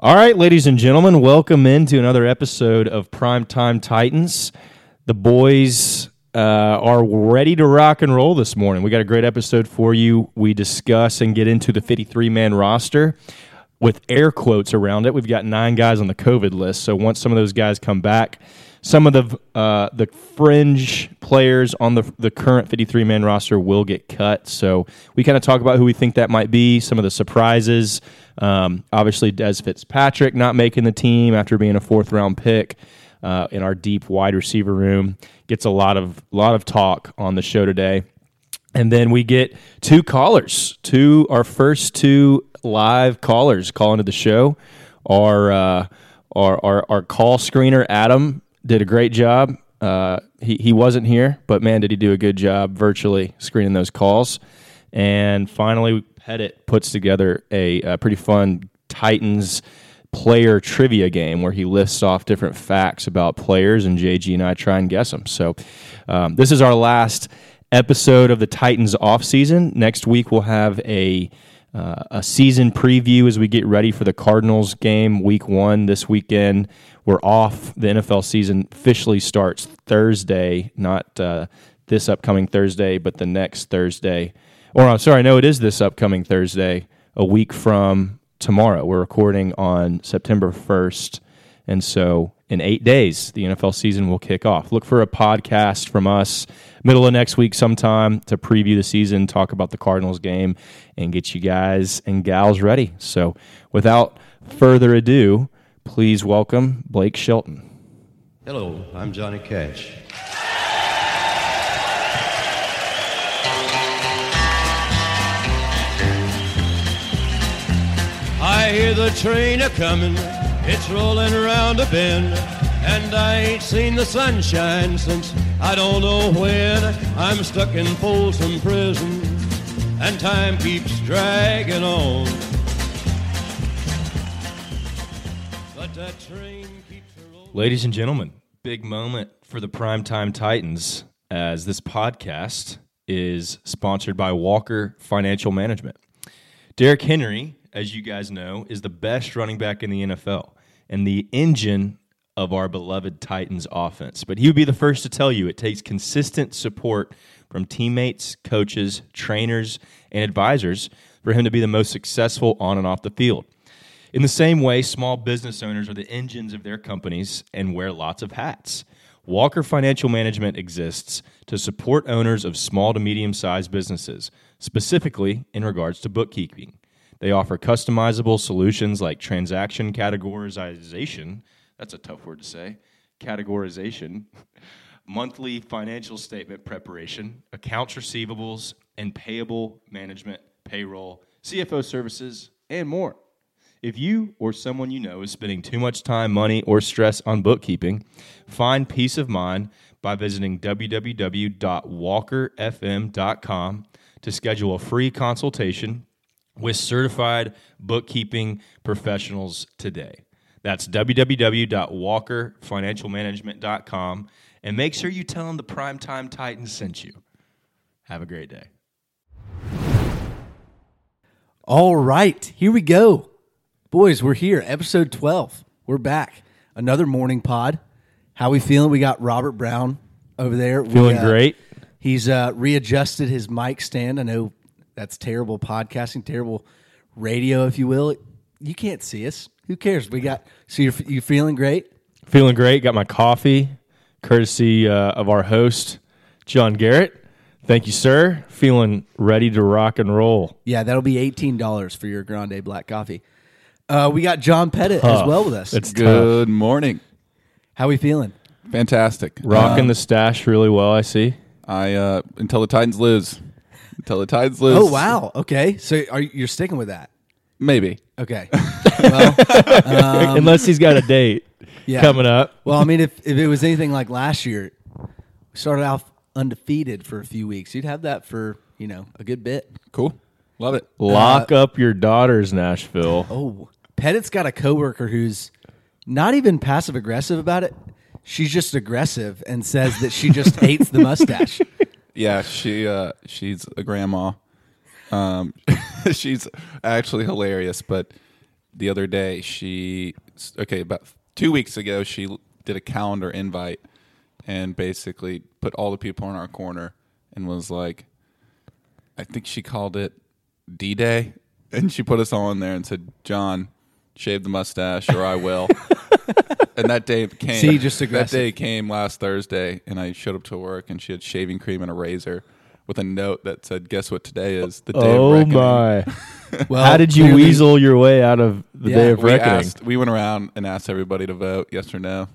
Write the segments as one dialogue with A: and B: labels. A: All right, ladies and gentlemen, welcome into another episode of Primetime Titans. The boys uh, are ready to rock and roll this morning. We got a great episode for you. We discuss and get into the 53 man roster with air quotes around it. We've got nine guys on the COVID list. So once some of those guys come back, some of the uh, the fringe players on the the current 53 man roster will get cut. So we kind of talk about who we think that might be, some of the surprises. Um, obviously, Des Fitzpatrick not making the team after being a fourth round pick uh, in our deep wide receiver room gets a lot of lot of talk on the show today. And then we get two callers. Two our first two live callers calling to the show. Our uh, our, our our call screener Adam did a great job. Uh, he he wasn't here, but man, did he do a good job virtually screening those calls. And finally, Pettit puts together a, uh pretty fun Titans player trivia game where he lists off different facts about players, and JG and I try and guess them. So, um, this is our last episode of the Titans offseason. Next week, we'll have a uh, a season preview as we get ready for the Cardinals game week one this weekend. We're off. The NFL season officially starts Thursday, not uh, this upcoming Thursday, but the next Thursday. Or I'm sorry, no, it is this upcoming Thursday, a week from tomorrow. We're recording on September 1st. And so in eight days, the NFL season will kick off. Look for a podcast from us middle of next week sometime to preview the season, talk about the Cardinals game, and get you guys and gals ready. So without further ado, please welcome Blake Shelton.
B: Hello, I'm Johnny Cash. I hear the train a coming, it's rolling around a bend, and I ain't seen the sunshine since I don't know when. I'm stuck in Folsom Prison, and time keeps dragging on. But that train keeps a rolling.
A: Ladies and gentlemen, big moment for the Primetime Titans as this podcast is sponsored by Walker Financial Management. Derrick Henry, as you guys know, is the best running back in the NFL and the engine of our beloved Titans offense. But he would be the first to tell you it takes consistent support from teammates, coaches, trainers, and advisors for him to be the most successful on and off the field. In the same way, small business owners are the engines of their companies and wear lots of hats. Walker Financial Management exists to support owners of small to medium sized businesses, specifically in regards to bookkeeping. They offer customizable solutions like transaction categorization. That's a tough word to say. Categorization, monthly financial statement preparation, accounts receivables and payable management, payroll, CFO services, and more. If you or someone you know is spending too much time, money, or stress on bookkeeping, find peace of mind by visiting www.walkerfm.com to schedule a free consultation with certified bookkeeping professionals today. That's www.walkerfinancialmanagement.com and make sure you tell them the Primetime Titans sent you. Have a great day.
C: All right, here we go. Boys, we're here. Episode 12. We're back. Another morning pod. How we feeling? We got Robert Brown over there. We,
A: Feeling
C: uh,
A: great.
C: He's uh, readjusted his mic stand. I know that's terrible podcasting, terrible radio, if you will. You can't see us. Who cares? We got. So you're you feeling great?
A: Feeling great. Got my coffee, courtesy uh, of our host, John Garrett. Thank you, sir. Feeling ready to rock and roll.
C: Yeah, that'll be eighteen dollars for your grande black coffee. Uh, we got John Pettit as well with us.
A: It's good.
D: Good morning.
C: How we feeling?
D: Fantastic. Uh,
C: Uh-huh.
A: Rocking the stash really well, I see.
D: I uh until the Titans lose. Until the Titans lose.
C: Oh wow. Okay. So are you- you're sticking with that?
D: Maybe.
C: Okay. Well,
A: Unless he's got a date
C: Um, yeah.
A: coming up.
C: Well, I mean, if, if it was anything like last year, we started off undefeated for a few weeks. You'd have that for, you know, a good bit.
D: Cool. Love it.
A: Lock up your daughters, Nashville.
C: Uh, Oh, Pettit's got a coworker who's not even passive aggressive about it. She's just aggressive and says that she just hates the mustache.
D: Yeah, she uh she's a grandma. Um she's actually hilarious, but the other day. She okay about two weeks ago. She did a calendar invite and basically put all the people in our corner and was like, I think she called it D Day, and she put us all in there and said, John, shave the mustache or I will. and that day came.
C: See, just
D: that
C: aggressive.
D: day came last Thursday, and I showed up to work, and she had shaving cream and a razor. With a note that said, "Guess what today is the day of
A: Oh
D: reckoning."
A: my!
C: Well,
A: How did you
C: clearly-
A: weasel your way out of the
C: Yeah,
A: day of
D: we
A: reckoning?
D: asked we went around and asked everybody to vote yes or no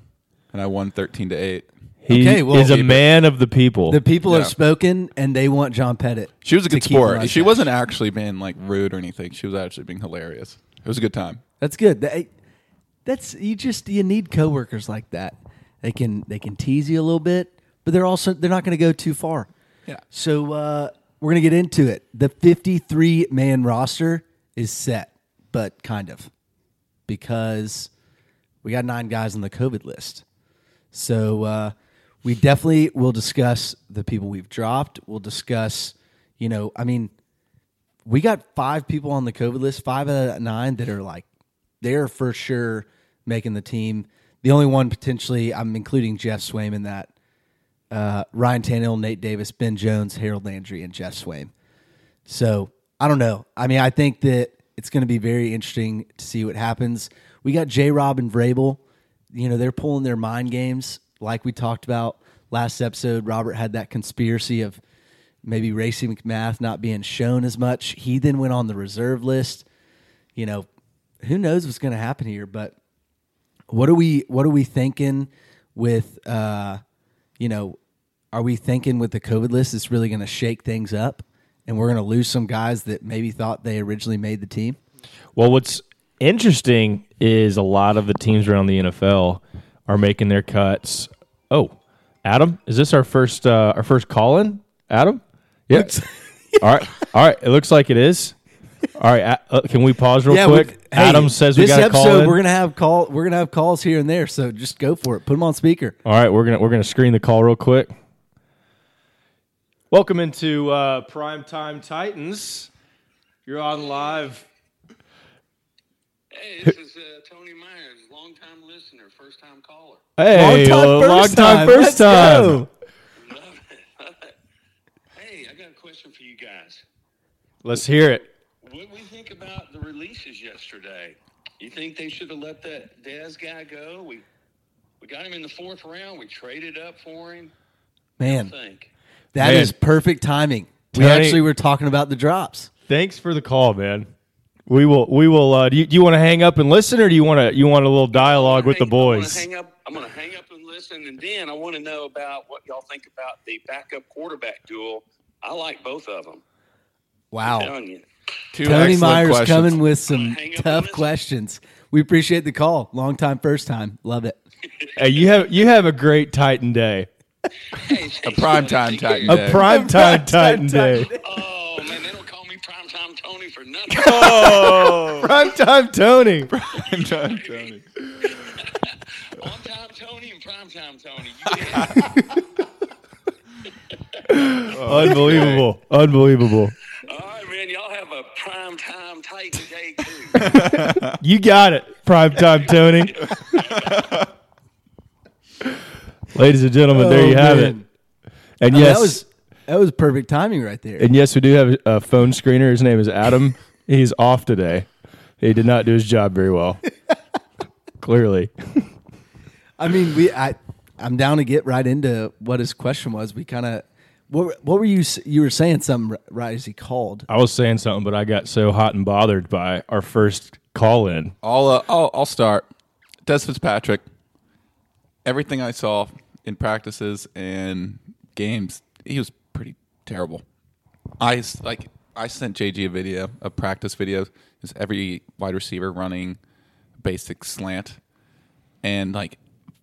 D: and i won 13 to 8
A: He
C: Okay, well-
A: is a
C: Keep it.
A: man of the people.
C: The people
D: Yeah.
C: have spoken, and they want John Pettit.
D: she was a good
C: to keep
D: sport
C: the
D: she
C: mustache.
D: wasn't actually being like rude or anything she was actually being hilarious it was a good time
C: That's good. That- that's you just you need coworkers like that. They can they can tease you a little bit, but they're also they're not going to go too far.
D: Yeah.
C: So uh, we're going to get into it. The 53 man roster is set, but kind of because we got nine guys on the COVID list. So uh, we definitely will discuss the people we've dropped. We'll discuss, you know, I mean, we got five people on the COVID list, five out of that nine that are like, they're for sure making the team. The only one potentially, I'm including Jeff Swaim in that. Uh, Ryan Tannehill, Nate Davis, Ben Jones, Harold Landry, and Jeff Swaim. So I don't know. I mean, I think that it's going to be very interesting to see what happens. We got J. Rob and Vrabel. You know, they're pulling their mind games, like we talked about last episode. Robert had that conspiracy of maybe Racy McMath not being shown as much. He then went on the reserve list. You know, who knows what's going to happen here? But what are we what are we thinking with uh you know are we thinking with the covid list it's really going to shake things up and we're going to lose some guys that maybe thought they originally made the team
A: Well, what's interesting is a lot of the teams around the NFL are making their cuts. Oh, Adam, is this our first uh, our first call in? Adam, yes. all right, all right. It looks like it is. All right, A- uh, can we pause real quick? Adam says we
C: this
A: got a
C: episode
A: call in.
C: we're going to have call we're going to have calls here and there so just go for it put them on speaker
A: All right, we're gonna we're gonna screen the call real quick. Welcome into uh, Primetime Titans. You're on live.
E: Hey, this is uh, Tony Myers, longtime listener, first time caller.
A: Hey, uh,
C: Long
A: long
C: time, first
A: time,
C: time.
A: first
C: Let's
A: time.
C: go.
E: Love it. hey, I got a question for you guys.
A: Let's hear it.
E: What we think about the releases yesterday? You think they should have let that Dez guy go? We we got him in the fourth round. We traded up for him.
C: man
E: think.
C: that is
A: Man.
C: perfect timing we
A: Tony-
C: actually were talking about the drops
A: Thanks for the call, man. We will. We will. Uh, do you, do you want to hang up and listen, or do you want to? You want a little dialogue with the
E: Hey, I'm gonna
A: boys?
E: hang up- I'm going to hang up and listen, and then I want to know about what y'all think about the backup quarterback duel. I like both of them.
C: wow
E: Telling you.
D: Two
C: Tony
D: excellent
C: Myers
D: questions.
C: coming with some
E: Hang up on
C: tough
E: this.
C: questions. We appreciate the call. Long time, first time. Love it.
A: Hey, you have you have a great Titan day,
E: Hey,
D: a primetime titan
A: a
D: day.
A: prime time Titan day,
E: Oh man, they don't call me primetime Tony for nothing.
A: prime time Tony.
D: Primetime Tony.
E: On time Tony and primetime Tony. You can't-
A: Oh. Unbelievable, unbelievable.
E: All right, man, y'all have a primetime Titan day too.
A: You got it, prime time Tony. Ladies and gentlemen, there
C: Oh,
A: you have
C: man.
A: it. And
C: I mean,
A: yes,
C: that was that was perfect timing right there.
A: and yes, we do have a phone screener. His name is Adam. He's off today. He did not do his job very well. Clearly.
C: I mean, we I I'm down to get right into what his question was. We kind of what what were you s- you were saying something r- right as he called.
A: I was saying something, but I got so hot and bothered by our first call in.
D: I'll, uh, I'll I'll start. Des Fitzpatrick. Everything I saw in practices and games, he was pretty terrible. I s- like I sent JG a video, a practice video. Is every wide receiver running basic slant, and like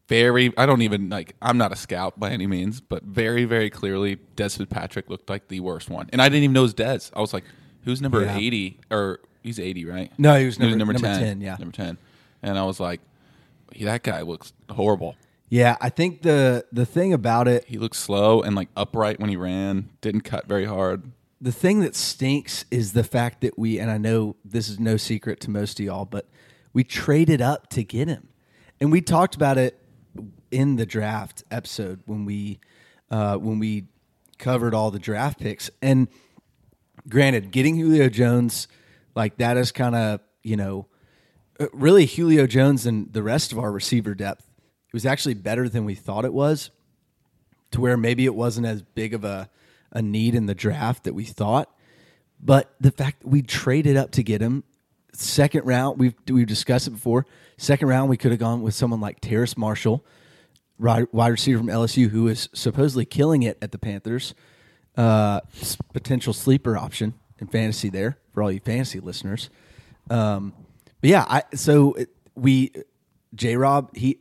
D: very. I don't even like. I'm not a scout by any means, but very very clearly, Des Fitzpatrick looked like the worst one, and I didn't even know it was Des. I was like, who's number
C: Yeah.
D: eighty or he's eighty, right?
C: No, he was number- number
D: 10,
C: 10, yeah.
D: number ten. And I was like, "Yeah, that guy looks horrible.
C: Yeah, I think the the thing about it
D: He looked slow and like upright when he ran. Didn't cut very hard.
C: the thing that stinks is the fact that we, and I know this is no secret to most of y'all, but we traded up to get him. And we talked about it in the draft episode when we uh, when we covered all the draft picks. And granted, getting Julio Jones, like that is kind of, you know, uh, really Julio Jones and the rest of our receiver depth. It was actually better than we thought it was to where maybe it wasn't as big of a, a need in the draft that we thought. But the fact that we traded up to get him, second round, we've we've discussed it before. Second round, we could have gone with someone like Terrace Marshall, ri- wide receiver from LSU, who is supposedly killing it at the Panthers. Uh, s- potential sleeper option in fantasy there for all you fantasy listeners. Um, but yeah, I so it, we J Rob he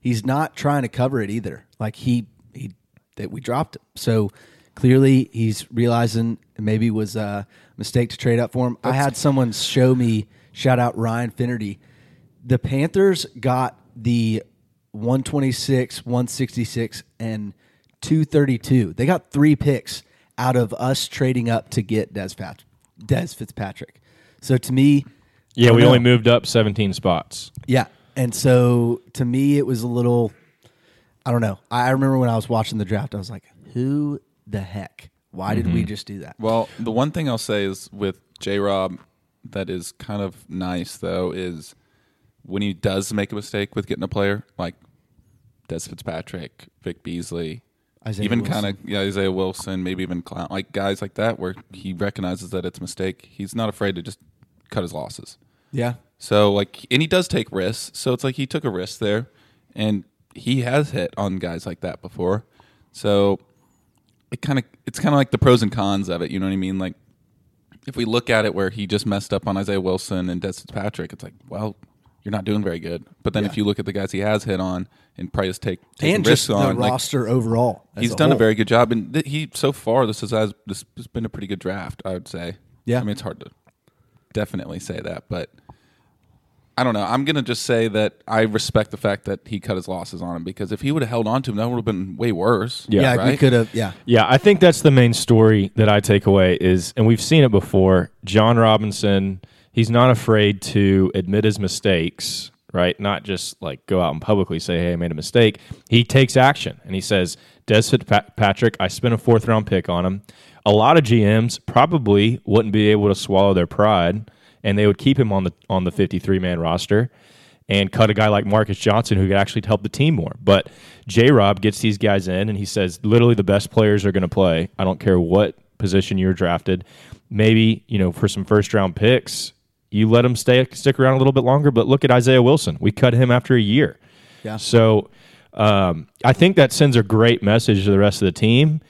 C: he's not trying to cover it either. Like he he that we dropped him. So clearly he's realizing it maybe was a mistake to trade up for him. I had someone show me shout out Ryan Finnerty. The Panthers got the 126, 166 and 232. They got 3 picks out of us trading up to get Des, Pat- Des Fitzpatrick. So to me
A: Yeah,
C: I
A: we
C: don't
A: only
C: know.
A: moved up 17 spots.
C: Yeah. And so to me, it was a little, I don't know. I I remember when I was watching the draft, I was like, who the heck? Why did we just do that?
D: Mm-hmm. Well, the one thing I'll say is with J Rob that is kind of nice though is when he does make a mistake with getting a player like Des Fitzpatrick, Vic Beasley,
C: Isaiah
D: even
C: Wilson.
D: kind of yeah, Isaiah Wilson, maybe even Clown, like guys like that where he recognizes that it's a mistake. He's not afraid to just cut his losses.
C: yeah.
D: So like, and he does take risks. So it's like he took a risk there, and he has hit on guys like that before. So it kind of it's kind of like the pros and cons of it. You know what I mean? Like if we look at it where he just messed up on Isaiah Wilson and Des Fitzpatrick, it's like, well, you're not doing very good. But then if you look at the guys he has hit on and probably has take taken
C: And just
D: risks
C: the
D: on, like,
C: roster overall. as
D: he's done a
C: whole.
D: very good job. And th- he so far this is has this has been a pretty good draft, I would say.
C: Yeah.
D: I mean it's hard to definitely say that, but I don't know. I'm gonna just say that I respect the fact that he cut his losses on him because if he would have held on to him, that would have been way worse.
A: Yeah,
C: Yeah. We
D: right?
C: could have, yeah.
A: Yeah, I think that's the main story that I take away is, and we've seen it before. John Robinson, he's not afraid to admit his mistakes, right? Not just like go out and publicly say, "Hey, I made a mistake." He takes action and he says, "Des Patrick, I spent a fourth round pick on him." A lot of GMs probably wouldn't be able to swallow their pride, and they would keep him on the on the fifty three man roster and cut a guy like Marcus Johnson who could actually help the team more. But J Rob gets these guys in and he says, literally, the best players are going to play. I don't care what position you're drafted. Maybe, you know, for some first round picks, you let him stay, stick around a little bit longer. But look at Isaiah Wilson. We cut him after a year.
C: Yeah.
A: So um, I think that sends a great message to the rest of the team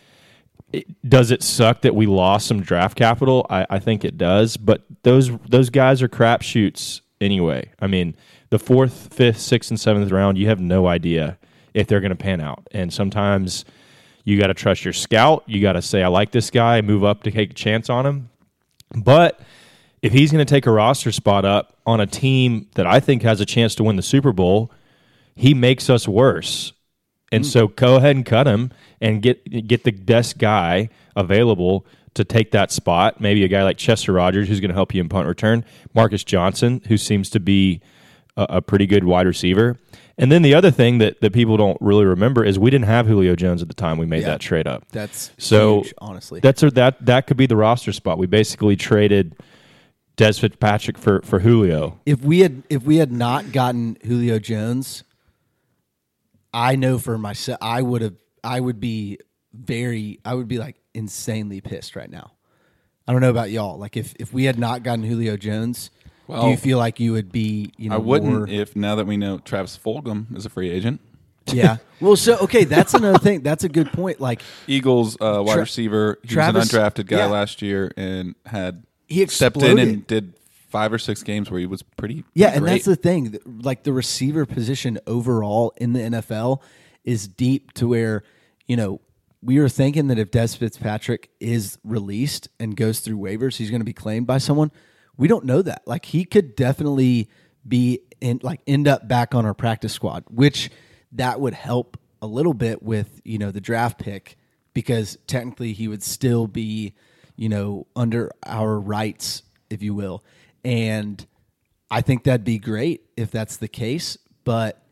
A: does it suck that we lost some draft capital? I, I think it does, but those those guys are crapshoots anyway. I mean, the fourth, fifth, sixth, and seventh round, you have no idea if they're going to pan out, and sometimes you got to trust your scout. You got to say, "I like this guy," move up to take a chance on him. But if he's going to take a roster spot up on a team that I think has a chance to win the Super Bowl, he makes us worse. And
C: Hmm.
A: so go ahead and cut him and get get the best guy available to take that spot. Maybe a guy like Chester Rogers who's going to help you in punt return, Marcus Johnson who seems to be a, a pretty good wide receiver. And then the other thing that, that people don't really remember is we didn't have Julio Jones at the time we made that trade up.
C: That's
A: So
C: huge, honestly.
A: that's a, that that could be the roster spot. We basically traded Des Fitzpatrick for for Julio.
C: if we had if we had not gotten Julio Jones, I know for myself I would have I would be very I would be like insanely pissed right now. I don't know about y'all. Like if if we had not gotten Julio Jones, do
D: Well,
C: you feel like you would be you know
D: I wouldn't
C: more-
D: if now that we know Travis Fulgham is a free agent.
C: yeah. Well, so okay, that's another thing. That's a good point. Like
D: Eagles uh, wide
C: Tra-
D: receiver. He
C: Travis-
D: was an undrafted guy
C: yeah.
D: last year and had
C: He
D: stepped in and
C: exploded.
D: did five or six games where he was pretty
C: Yeah, and
D: great.
C: that's the thing. th- Like the receiver position overall in the NFL is deep to where, you know, we were thinking that if Des Fitzpatrick is released and goes through waivers, he's going to be claimed by someone. We don't know that. Like he could definitely be in like end up back on our practice squad, which that would help a little bit with, you know, the draft pick because technically he would still be, you know, under our rights, if you will. And I think that'd be great if that's the case. But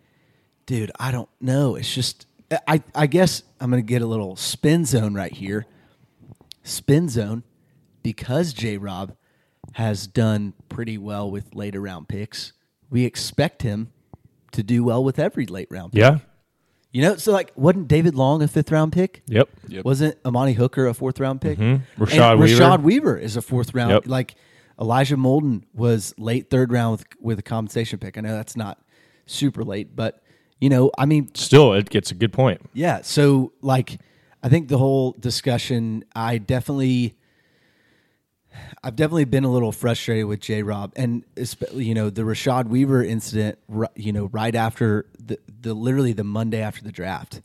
C: dude, I don't know. It's just I I guess I'm gonna get a little spin zone right here. Spin zone because J Rob has done pretty well with later round picks. We expect him to do well with every late round pick.
A: Yeah.
C: You know, so like wasn't David Long a fifth round pick?
A: Yep. Mm-hmm.
D: Yep.
C: Wasn't Amani Hooker a fourth round pick?
A: Rashad
C: And
A: Weaver.
C: Rashad Weaver is a fourth round.
A: Yep.
C: Like Elijah Molden was late third round with, with a compensation pick. I know that's not super late, but you know, I mean,
A: Still, it gets a good point.
C: yeah. So like, I think the whole discussion, I definitely, I've definitely been a little frustrated with J. Rob, and espe- you know the Rashad Weaver incident. ri- You know, right after the the literally the Monday after the draft,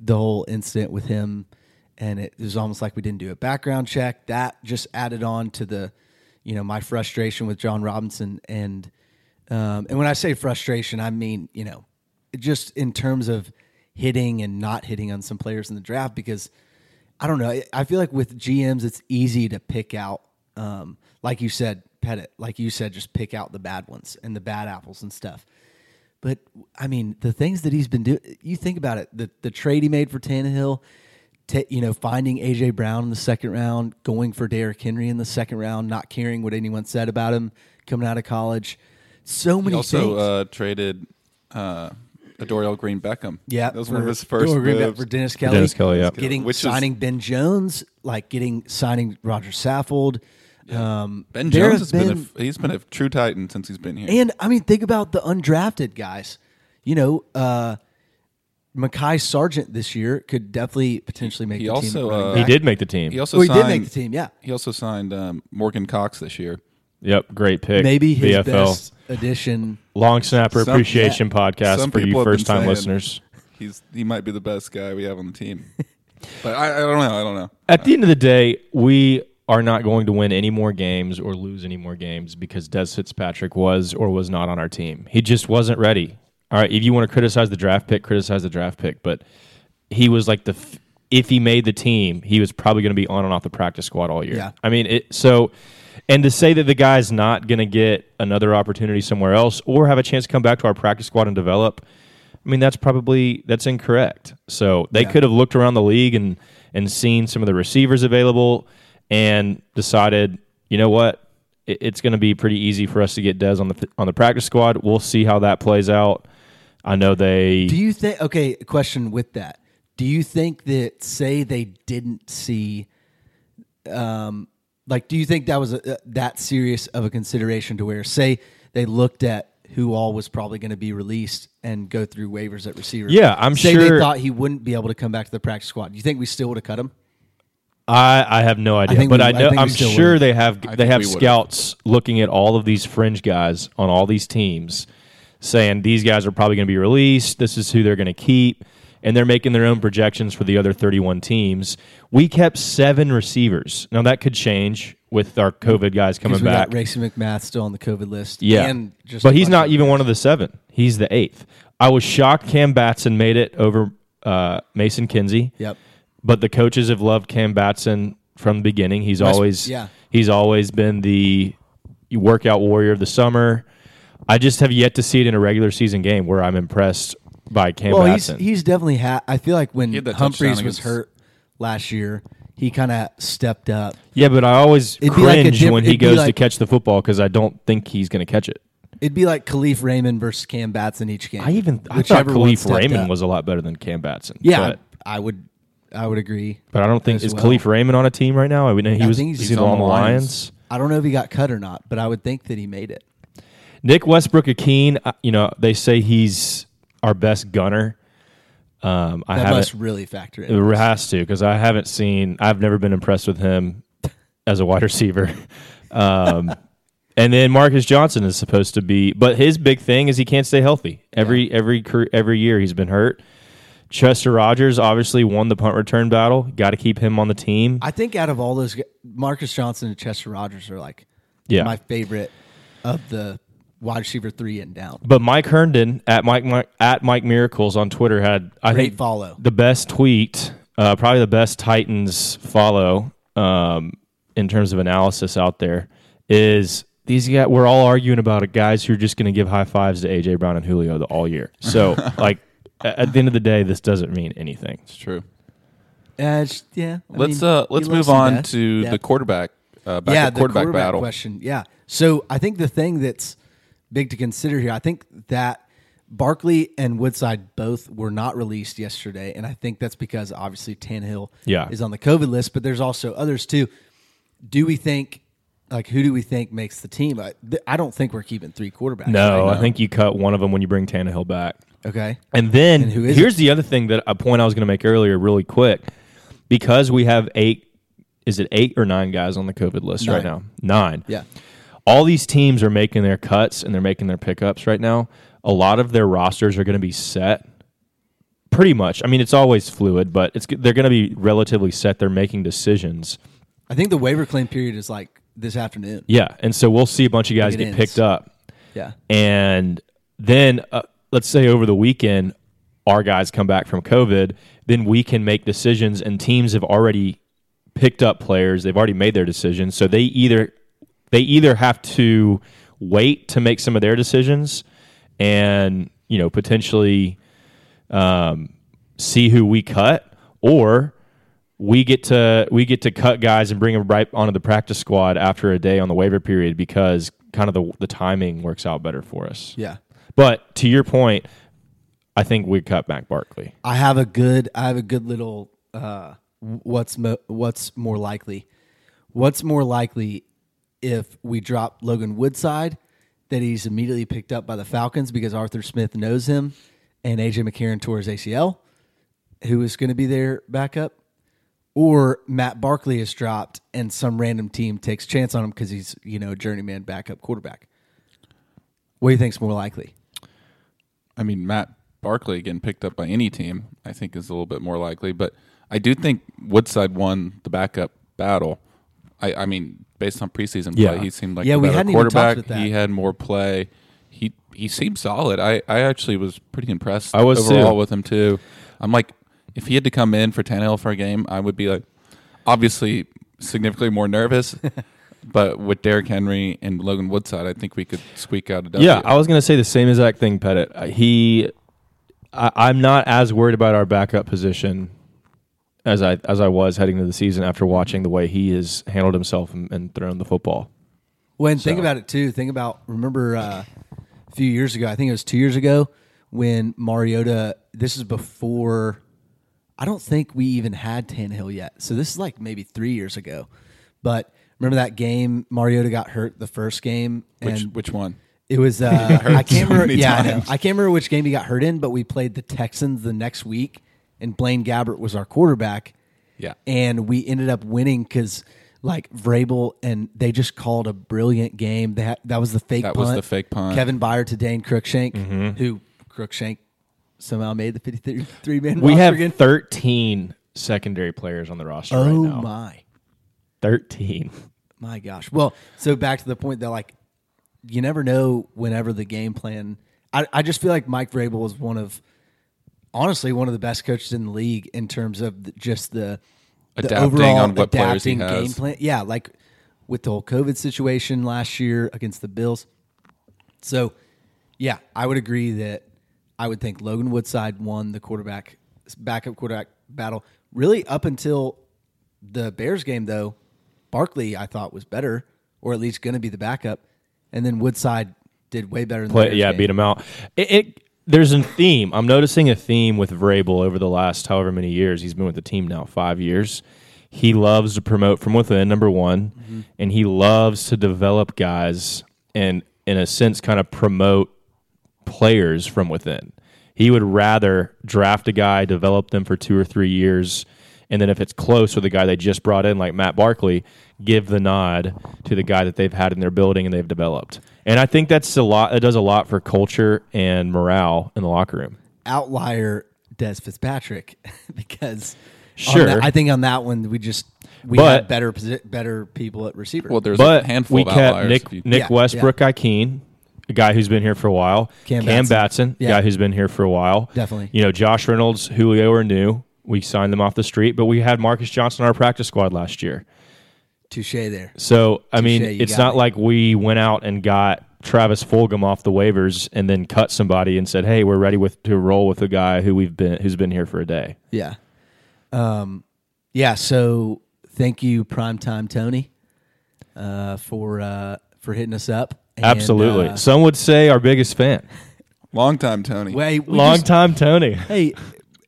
C: the whole incident with him, and it was almost like we didn't do a background check. That just added on to the, you know, my frustration with John Robinson, and um, and when I say frustration, I mean you know, just in terms of hitting and not hitting on some players in the draft because I don't know. I- I feel like with GMs, it's easy to pick out, um, like you said, Pettit, like you said, just pick out the bad ones and the bad apples and stuff. But I mean, the things that he's been doing, you think about it the, the trade he made for Tannehill, ta you know, finding A.J. Brown in the second round, going for Derrick Henry in the second round, not caring what anyone said about him coming out of college. So many
D: He also
C: things.
D: uh, traded uh, Adorial Green Beckham.
C: Yeah,
D: that was one of
C: for-
D: his first
C: Doing a greenback
D: moves.
C: for Dennis Kelly.
A: Dennis Kelly, yeah.
C: getting
D: Which is-
C: signing Ben Jones, like getting signing Roger Saffold. Um,
D: Ben
C: there
D: Jones
C: have
D: has been, a, he's been a true titan since he's been here.
C: and I mean, think about the undrafted guys. You know, uh, Makai Sargent this year could definitely potentially make
D: He
C: the team.
D: also,
C: at running
D: uh,
A: He
C: back.
A: did make the team.
D: he also
C: Well, he
D: signed,
C: did make the team. Yeah,
D: He also signed um, Morgan Cox this year.
A: Yep. Great pick.
C: maybe his
A: VFL.
C: best addition.
A: Long Snapper
D: Some-
A: Appreciation Podcast
D: Some
A: for you
D: people have been
A: first time
D: saying
A: listeners.
D: He's he might be the best guy we have on the team. but I, I don't know. I don't know.
A: At the end of the day, we are not going to win any more games or lose any more games because Des Fitzpatrick was or was not on our team. He just wasn't ready. All right, if you want to criticize the draft pick, criticize the draft pick, but he was like the f- if he made the team, he was probably going to be on and off the practice squad all year.
C: Yeah.
A: I mean, it so and to say that the guy's not going to get another opportunity somewhere else or have a chance to come back to our practice squad and develop, I mean, that's probably that's incorrect. So they could have looked around the league and and seen some of the receivers available and decided, you know what, it, it's going to be pretty easy for us to get Dez on the on the practice squad. We'll see how that plays out. I know they
C: Do you think? Okay, question with that. Do you think that say they didn't see, um, like, do you think that was a, uh, that serious of a consideration to where say they looked at who all was probably going to be released and go through waivers at receiver?
A: Yeah, I'm
C: say
A: sure-
C: they thought he wouldn't be able to come back to the practice squad. Do you think we still would have cut him?
A: I, I have no idea,
C: think
A: but
C: we-
A: I
C: I
A: know
C: think we
A: I am
C: still
A: sure
C: would've.
A: they have they
D: think
A: have
D: we would've.
A: scouts looking at all of these fringe guys on all these teams, saying these guys are probably going to be released. This is who they're going to keep, and they're making their own projections for the other 31 teams. We kept seven receivers. Now that could change with our COVID guys coming
C: Because we
A: back.
C: got Racy McMath still on the COVID list.
A: Yeah.
C: and just
A: but
C: a
A: he's
C: bunch
A: not
C: of-
A: even one of the seven. He's the eighth. I was shocked Cam Batson made it over uh, Mason Kinsey.
C: Yep.
A: But the coaches have loved Cam Batson from the beginning. He's always
C: yeah.
A: he's always been the workout warrior of the summer. I just have yet to see it in a regular season game where I'm impressed by Cam
C: Well, he's
A: Batson.
C: he's definitely had. I feel like when
D: had that
C: Humphreys
D: touchdown
C: was
D: against-
C: hurt last year, he kind of stepped up.
A: yeah, but I always
C: It'd
A: cringe
C: be like a diff-
A: when he
C: it'd be
A: goes to
C: like-
A: catch the football because I don't think he's going to catch it.
C: It'd be like Khalif Raymond versus Cam Batson each game.
A: I even I thought
C: Whichever one
A: Khalif
C: stepped
A: Raymond
C: up.
A: was a lot better than Cam Batson.
C: Yeah,
A: but-
C: I I would I would agree.
A: But I don't think
C: as
A: is
C: well.
A: Khalif Raymond on a team right now. I mean, he
C: I
A: was
C: think he's
A: is he on the Lions.
C: I don't know if he got cut or not, but I would think that he made it.
A: Nick Westbrook Akeen, uh, you know, they say he's our best gunner. Um, I
C: That must
A: haven't
C: really factor in.
A: it has to because I haven't seen. I've never been impressed with him as a wide receiver. Um, and then Marcus Johnson is supposed to be, but his big thing is he can't stay healthy. Every every cur- every year he's been hurt. Chester Rogers obviously won the punt return battle. Got to keep him on the team.
C: I think out of all those, g- Marcus Johnson and Chester Rogers are like
A: Yeah.
C: my favorite of the wide receiver three and down.
A: But Mike Herndon at Mike, Mike at Mike Miracles on Twitter had I
C: Great
A: think
C: follow.
A: the best tweet, uh, probably the best Titans follow. Um, in terms of analysis out there is these guys. We're all arguing about it, guys who are just going to give high fives to AJ Brown and Julio the, all year. So, like a- at the end of the day, this doesn't mean anything.
D: It's true.
C: Uh, it's- yeah. I
D: let's
C: mean,
D: uh,
C: he loves
D: let's move
C: some
D: on
C: guys.
D: to
C: Yeah.
D: the quarterback. Uh, back
C: yeah,
D: to quarterback, battle.
C: question. Yeah. So I think the thing that's big to consider here, I think that Barkley and Woodside both were not released yesterday, and I think that's because obviously Tannehill
A: Yeah.
C: is on the COVID list, but there's also others too. Do we think like who do we think makes the team? I, th- I don't think we're keeping three quarterbacks.
A: No,
C: right?
A: I think you cut one of them when you bring Tannehill back.
C: Okay.
A: And then
C: who is
A: here's the other thing that a point I was going to make earlier, really quick, because we have eight. Is it eight or nine guys on the COVID list right now?
C: Nine.
A: Nine.
C: Yeah.
A: all these teams are making their cuts and they're making their pickups right now. A lot of their rosters are going to be set pretty much. I mean, it's always fluid, but it's they're going to be relatively set. They're making decisions.
C: I think the waiver claim period is like this afternoon.
A: Yeah. And so we'll see a bunch of guys
C: it
A: get
C: ends.
A: picked up.
C: Yeah.
A: And then uh, let's say over the weekend, our guys come back from COVID, then we can make decisions. And teams have already picked up players; they've already made their decisions. So they either they either have to wait to make some of their decisions, and you know potentially um, see who we cut, or we get to we get to cut guys and bring them right onto the practice squad after a day on the waiver period because kind of the the timing works out better for us.
C: Yeah.
A: But to your point, I think we cut Mac Barkley.
C: I have a good I have a good little uh what's mo- what's more likely. What's more likely if we drop Logan Woodside that he's immediately picked up by the Falcons because Arthur Smith knows him and AJ McCarron tore his ACL who is going to be their backup or Matt Barkley is dropped and some random team takes chance on him cuz he's, you know, a journeyman backup quarterback. What do you think's more likely?
D: I mean, Matt Barkley getting picked up by any team, I think, is a little bit more likely. But I do think Woodside won the backup battle. I, I mean, based on preseason play,
A: Yeah.
D: he seemed like
C: Yeah,
D: a
C: we
D: better
C: hadn't even talked
D: quarterback.
C: about that.
D: He had more play. He he seemed solid. I, I actually was pretty impressed
A: I was
D: overall
A: too.
D: with him too. I'm like, if he had to come in for Tannehill for a game, I would be like, obviously significantly more nervous. but with Derrick Henry and Logan Woodside, I think we could squeak out a W.
A: Yeah, I was going to say the same exact thing, Pettit. Uh, He, I, I'm not as worried about our backup position as I as I was heading into the season after watching the way he has handled himself and, and thrown the football.
C: Well, and think about it too. Think about remember uh, a few years ago. I think it was two years ago when Mariota. This is before. I don't think we even had Tannehill yet. So this is like maybe three years ago. But remember that game Mariota got hurt the first game,
D: which
C: and
D: which one?
C: it was uh, I
D: so
C: can't remember.
D: many
C: Yeah, I, know.
D: times.
C: I can't remember which game he got hurt in, but we played the Texans the next week, and Blaine Gabbert was our quarterback
D: Yeah.
C: and we ended up winning because like Vrabel and they just called a brilliant game. That that was the fake.
D: That
C: punt.
D: was the fake punt. Mm-hmm.
C: Kevin Byer to Dane Crookshank, who Crookshank somehow made the fifty-three man.
A: We
C: roster
A: have
C: again.
A: 13 secondary players on the roster right
C: oh
A: now.
C: my
A: 13.
C: my gosh. Well, so back to the point that like you never know whenever the game plan. I I just feel like Mike Vrabel is one of honestly one of the best coaches in the league in terms of the, just the the
D: Adapting
C: overall
D: on what players he
C: adapting
D: has.
C: game plan. Yeah, like with the whole COVID situation last year against the Bills. So, yeah, I would agree that I would think Logan Woodside won the quarterback backup quarterback battle. Really, up until the Bears game, though, Barkley I thought was better, or at least going to be the backup, and then Woodside did way better. Than the
A: Play,
C: Bears
A: yeah,
C: game.
A: beat him out. It, it there's a theme. I'm noticing a theme with Vrabel over the last however many years he's been with the team now, five years. He loves to promote from within, number one, and he loves to develop guys and, in a sense, kind of promote players from within. He would rather draft a guy, develop them for two or three years, and then if it's close with the guy they just brought in, like Matt Barkley, give the nod to the guy that they've had in their building and they've developed. And I think that's a lot. It does a lot for culture and morale in the locker room.
C: Outlier Des Fitzpatrick because on
A: Sure.
C: that- I think on that one we just we
A: But-
C: had better posi- better people at receiver.
D: Well, there's
A: but
D: a handful
A: we
D: of
A: kept
D: outliers.
A: Nick
D: if you-
A: Nick
C: Yeah,
A: Westbrook Ikeen, a guy who's been here for a while.
C: Cam Batson.
A: Batson,
C: Yeah.
A: guy who's been here for a while.
C: Definitely.
A: You know, Josh Reynolds, Julio are new. We signed them off the street, but we had Marcus Johnson on our practice squad last year.
C: Touche there.
A: So I mean,
C: Touche, you
A: it's
C: got
A: not
C: me.
A: like we went out and got Travis Fulgham off the waivers and then cut somebody and said, "Hey, we're ready with to roll with a guy who we've been who's been here for a day."
C: Yeah. Um, yeah. So thank you, Primetime Tony, uh, for uh, for hitting us up. And,
A: Absolutely.
C: uh,
A: Some would say our biggest fan,
D: Long time, Tony.
C: wait, we
A: long
C: just-
A: time Tony.
C: Hey,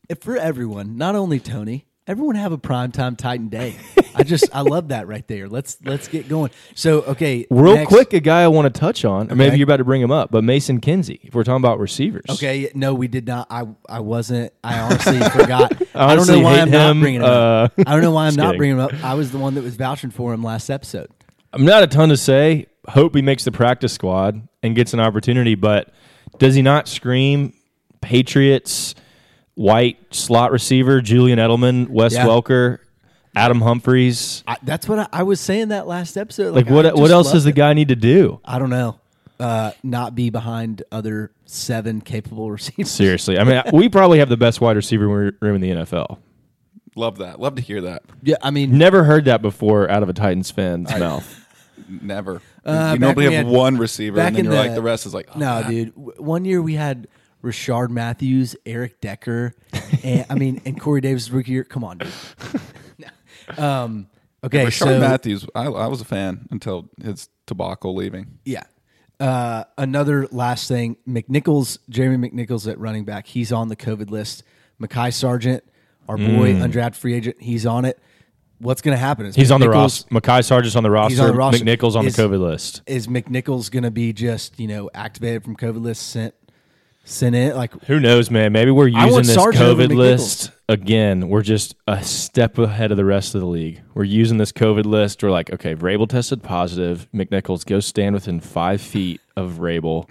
C: if for everyone, not only Tony, everyone have a Primetime Titan day. I just I love that right there. Let's let's get going. So okay,
A: Real
C: next-
A: quick, a guy I want to touch on, or maybe
C: Okay.
A: you're about to bring him up, but Mason Kinsey. If we're talking about receivers,
C: Okay, no, we did not. I I wasn't. I honestly forgot. I don't
A: honestly
C: know why
A: hate
C: I'm not
A: him.
C: bringing him up.
A: Uh,
C: I don't know why I'm
A: just
C: not
A: kidding.
C: bringing him up. I was the one that was vouching for him last episode.
A: I'm not a ton to say. Hope he makes the practice squad and gets an opportunity, but does he not scream Patriots, white slot receiver, Julian Edelman, Wes
C: Yeah.
A: Welker, Adam Humphreys?
C: I, that's what I, I was saying that last episode.
A: Like
C: I
A: what what
C: just
A: else does
C: loved
A: the
C: it.
A: guy need to do?
C: I don't know. Uh, not be behind other seven capable receivers.
A: Seriously. I mean, we probably have the best wide receiver room in the NFL.
D: Love that. Love to hear that.
C: Yeah, I mean,
A: Never heard that before out of a Titans fan's mouth.
D: Never.
C: Uh, back
D: you normally
C: when we had-
D: have one receiver,
C: back
D: and then
C: in
D: you're
C: the-
D: like, the rest is like, oh,
C: no,
D: man.
C: dude. W- One year we had Rashard Matthews, Eric Decker, and I mean, and Corey Davis rookie year. Come on, dude. No. um, okay,
D: Rashard
C: so
D: Matthews, I, I was a fan until his tobacco leaving.
C: Yeah. Uh, another last thing, McNichols, Jeremy McNichols at running back, he's on the COVID list. Mackay Sargent, our boy, undrafted free agent, he's on it. What's going to happen? Is
A: Mm. He's on the
C: McNichols-
A: roster. Makai Sargent's on the roster.
C: He's on the roster.
A: McNichols on
C: Is-
A: the COVID list.
C: Is McNichols going to be just you know activated from COVID list, sent sent in? Like
A: Who knows, man? Maybe we're
C: I
A: using
C: want
A: this
C: Sargent over
A: COVID
C: McNichols.
A: list again. We're just a step ahead of the rest of the league. We're using this COVID list. We're like, okay, Rabel tested positive. McNichols, go stand within five feet of Rabel,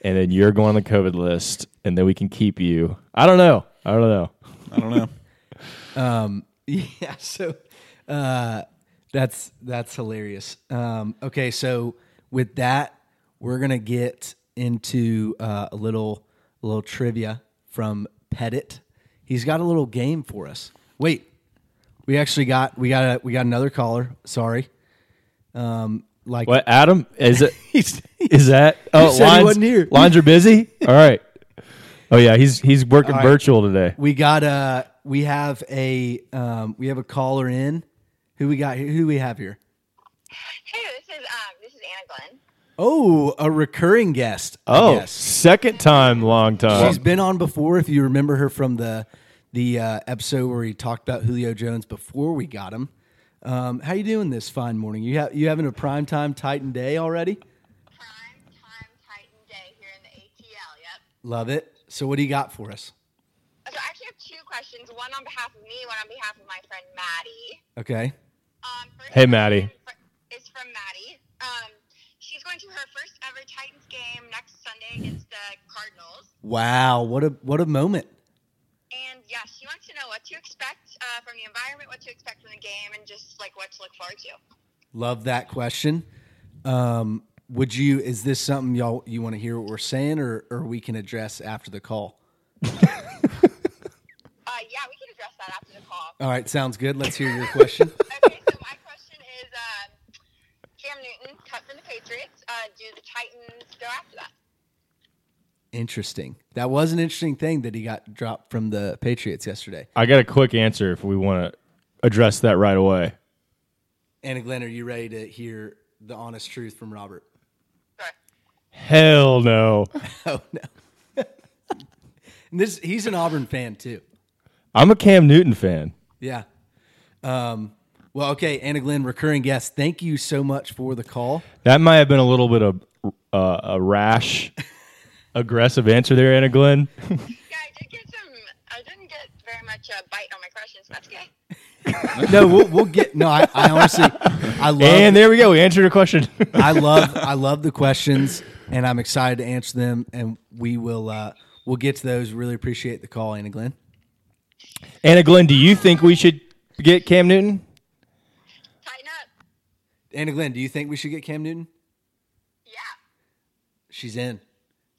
A: and then you're going on the COVID list, and then we can keep you. I don't know. I don't know.
D: I don't know.
C: yeah, so uh, that's that's hilarious. Um, okay, so with that, we're gonna get into uh, a little a little trivia from Pettit. He's got a little game for us. Wait, we actually got we got a, we got another caller. Sorry, um, like
A: What, Adam? Is it?
C: he's
A: Is that? Oh,
C: said he
A: lines,
C: wasn't here.
A: lines are busy. All right. Oh yeah, he's he's working virtual today.
C: We got a we have a um, we have a caller in. Who we got? here? Who do we have here?
F: Hey, this is um, this is Anna Glenn.
C: Oh, a recurring guest. I
A: Oh,
C: guess.
A: second time, long time.
C: She's been on before. If you remember her from the the uh, episode where we talked about Julio Jones before we got him. Um, how you doing this fine morning? You ha- you having a prime time Titan day already?
F: Prime time Titan day here in the ATL. Yep.
C: Love it. So what do you got for us?
F: Uh, So I actually have two questions. One on behalf of me. One on behalf of my friend Maddie.
C: Okay.
F: Um, first
A: Hey,
F: question
A: Maddie.
F: fr- Is from Maddie. Um, she's going to her first ever Titans game next Sunday against the Cardinals.
C: Wow, what a what a moment.
F: And yeah, she wants to know what to expect uh, from the environment, what to expect from the game, and just like what to look forward to.
C: Love that question. Um, would you? Is this something y'all you want to hear what we're saying, or or we can address after the call?
F: Uh, yeah, we can address that after the call.
C: All right, sounds good. Let's hear your question.
F: okay, so my question is um, Cam Newton cut from the Patriots. Uh, do the Titans go after that?
C: interesting. That was an interesting thing that he got dropped from the Patriots yesterday.
A: I got a quick answer if we want to address that right away.
C: Anna Glenn, are you ready to hear the honest truth from Robert?
F: Sure.
A: Hell no.
C: Oh no. and this he's an Auburn fan too.
A: I'm a Cam Newton fan.
C: Yeah. Um, well, okay, Anna Glenn, recurring guest. Thank you so much for the call.
A: That might have been a little bit of uh, a rash, aggressive answer there, Anna Glenn.
F: Yeah, I did get some. I didn't get very much uh, bite on my questions. That's okay.
C: No, we'll, we'll get. No, I, I honestly, I love.
A: And there we go. We answered a question.
C: I love I love the questions and I'm excited to answer them and we will uh we'll get to those. Really appreciate the call, Anna Glenn.
A: Anna Glenn, do you think we should get Cam Newton?
F: Tighten up.
C: Anna Glenn, do you think we should get Cam Newton?
F: Yeah.
C: She's in.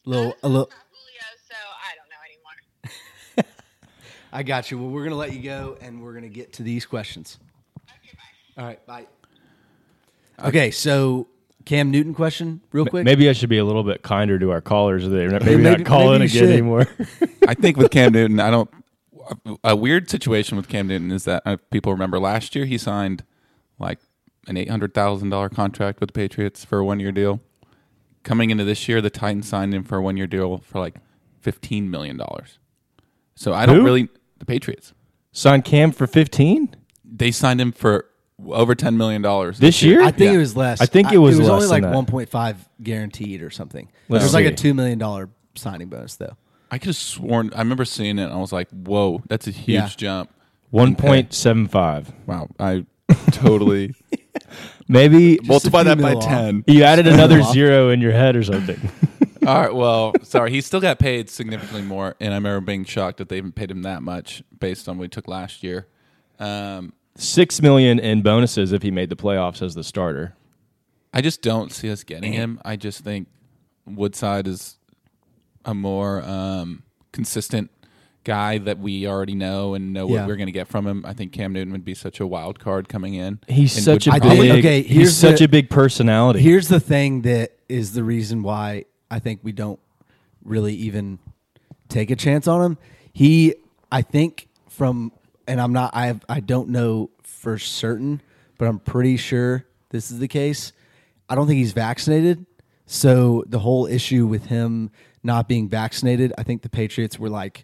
C: Little a little
F: Not Julio, so I don't know anymore.
C: I got you. Well, we're gonna let you go and we're gonna get to these questions.
F: Okay, bye.
C: All right, bye. Okay, so Cam Newton question, real quick.
A: Maybe I should be a little bit kinder to our callers. There, maybe,
C: maybe-
A: not call in
C: maybe you
A: again
C: should.
A: anymore.
D: I think with Cam Newton, I don't. A weird situation with Cam Newton is that uh, people remember last year he signed like an eight hundred thousand dollar contract with the Patriots for a one year deal. Coming into this year, the Titans signed him for a one year deal for like fifteen million dollars. So I don't
A: Who?
D: really the Patriots.
A: Sign Cam for fifteen.
D: They signed him for over ten million dollars
A: This year?
D: year.
C: I think
D: Yeah.
C: it was less.
A: I think it was
C: it was
A: less
C: only
A: than
C: like
A: that.
C: 1.5 guaranteed or something.
A: Let's
C: There's like a
A: see.
C: two million dollar signing bonus though.
D: I could have sworn I remember seeing it. and I was like, "Whoa, that's a huge
C: Yeah.
D: jump!"
A: One point seven five.
D: Wow, I totally
A: Maybe
D: multiply
C: few
D: that by
C: mil off.
D: ten.
A: you added another zero in your head or something.
D: All right. Well, sorry. He still got paid significantly more, and I remember being shocked that they even paid him that much based on what he took last year. Um,
A: Six million in bonuses if he made the playoffs as the starter.
D: I just don't see us getting him. I just think Woodside is a more um, consistent guy that we already know and know
C: Yeah.
D: what we're going to get from him. I think Cam Newton would be such a wild card coming in.
A: He's
D: and
A: such
D: would
A: a
C: I think-
A: big.
C: okay,
A: he's
C: here's
A: such
C: the-
A: a big personality.
C: Here's the thing that is the reason why I think we don't really even take a chance on him. He, I think, from and I'm not, I I don't know for certain, but I'm pretty sure this is the case. I don't think he's vaccinated, so the whole issue with him not being vaccinated, I think the Patriots were like,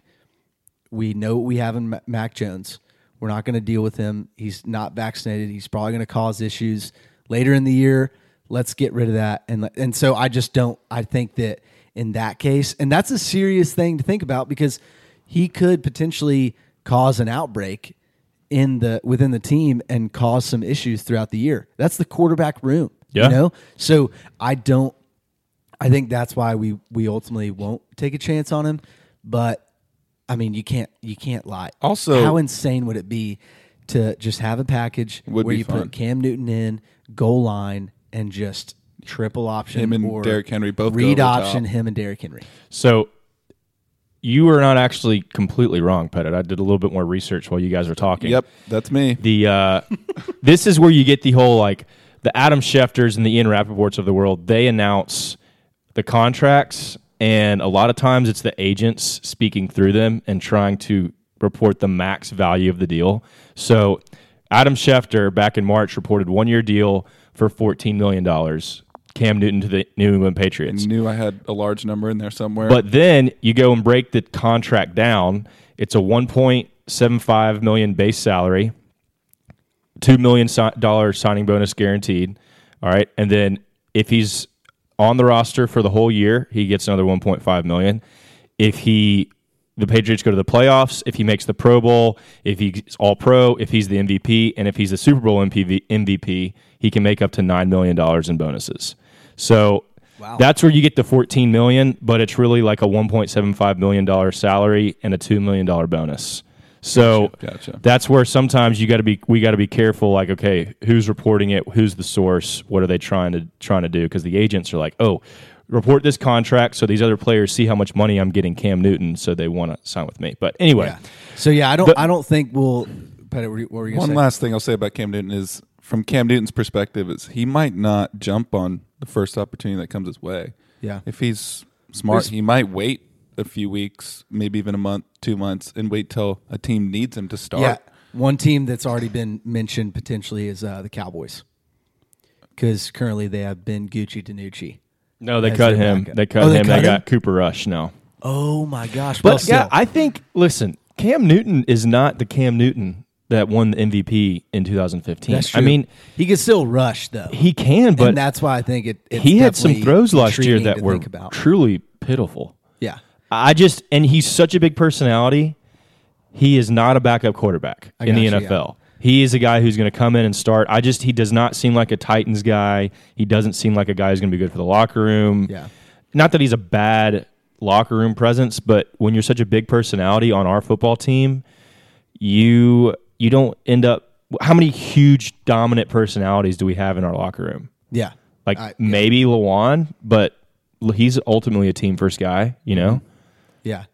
C: we know what we have in Ma- Mac Jones. We're not going to deal with him. He's not vaccinated. He's probably going to cause issues later in the year. Let's get rid of that. And let- and so I just don't. I think that in that case, and that's a serious thing to think about because he could potentially cause an outbreak in the within the team and cause some issues throughout the year. That's the quarterback room.
A: Yeah.
C: You know. So I don't I think that's why we we ultimately won't take a chance on him. But I mean, you can't you can't lie.
D: Also-
C: how insane would it be to just have a package
D: Would
C: where
D: be
C: you
D: fun.
C: put Cam Newton in goal line and just triple option
D: Him and
C: or
D: Derrick Henry both go
C: read
D: over the
C: option
D: top.
C: him and Derrick Henry.
A: So you were not actually completely wrong, Pettit. I did a little bit more research while you guys were talking.
D: Yep, that's me.
A: The uh, this is where you get the whole like the Adam Schefters and the Ian Rappaports of the world. They announce the contracts, and a lot of times it's the agents speaking through them and trying to report the max value of the deal. So Adam Schefter back in March reported one year deal for fourteen million dollars. Cam Newton to the New England Patriots.
D: Knew I had a large number in there somewhere.
A: But then you go and break the contract down. It's a 1.75 million base salary, two million dollar signing bonus guaranteed. All right, and then if he's on the roster for the whole year, he gets another 1.5 million. If he the Patriots go to the playoffs, if he makes the Pro Bowl, if he's All Pro, if he's the MVP, and if he's the Super Bowl MPV, MVP, he can make up to nine million dollars in bonuses. So that's where you get the 14 million, but it's really like a 1.75 million dollar salary and a two million dollar bonus. So
D: Gotcha, gotcha.
A: that's where sometimes you got to be we got to be careful. Like, okay, who's reporting it? Who's the source? What are they trying to trying to do? Because the agents are like, oh, report this contract so these other players see how much money I'm getting Cam Newton, so they want to sign with me. But anyway,
C: Yeah. So yeah, I don't I don't think we'll. Pettit, what were you, what were you gonna say?
D: One last thing I'll say about Cam Newton is from Cam Newton's perspective is he might not jump on the first opportunity that comes his way.
C: Yeah.
D: If he's smart, he might wait a few weeks, maybe even a month, two months, and wait till a team needs him to start.
C: Yeah, one team that's already been mentioned potentially is uh, the Cowboys because currently they have Ben Gucci Danucci.
A: no, they
C: As
A: cut
C: their
A: him.
C: backup.
A: They cut
C: Oh, they
A: him.
C: cut
A: they got
C: him?
A: Cooper Rush now.
C: Oh my gosh!
A: But yeah, I think listen, Cam Newton is not the Cam Newton that won the MVP in 2015. I mean,
C: he could still rush though.
A: he can, but
C: and that's why I think it. It's
A: he had some
C: definitely
A: throws last year
C: intriguing
A: that
C: to
A: were
C: think about.
A: truly pitiful.
C: Yeah,
A: I just and he's such a big personality. He is not a backup quarterback in the
C: gotcha, yeah.
A: NFL. He is a guy who's going to come in and start. I just he does not seem like a Titans guy. He doesn't seem like a guy who's going to be good for the locker room.
C: Yeah.
A: Not that he's a bad locker room presence, but when you're such a big personality on our football team, you you don't end up how many huge dominant personalities do we have in our locker room?
C: yeah.
A: Like
C: I-
A: maybe Lawan, but he's ultimately a team first guy, you know?
C: Yeah.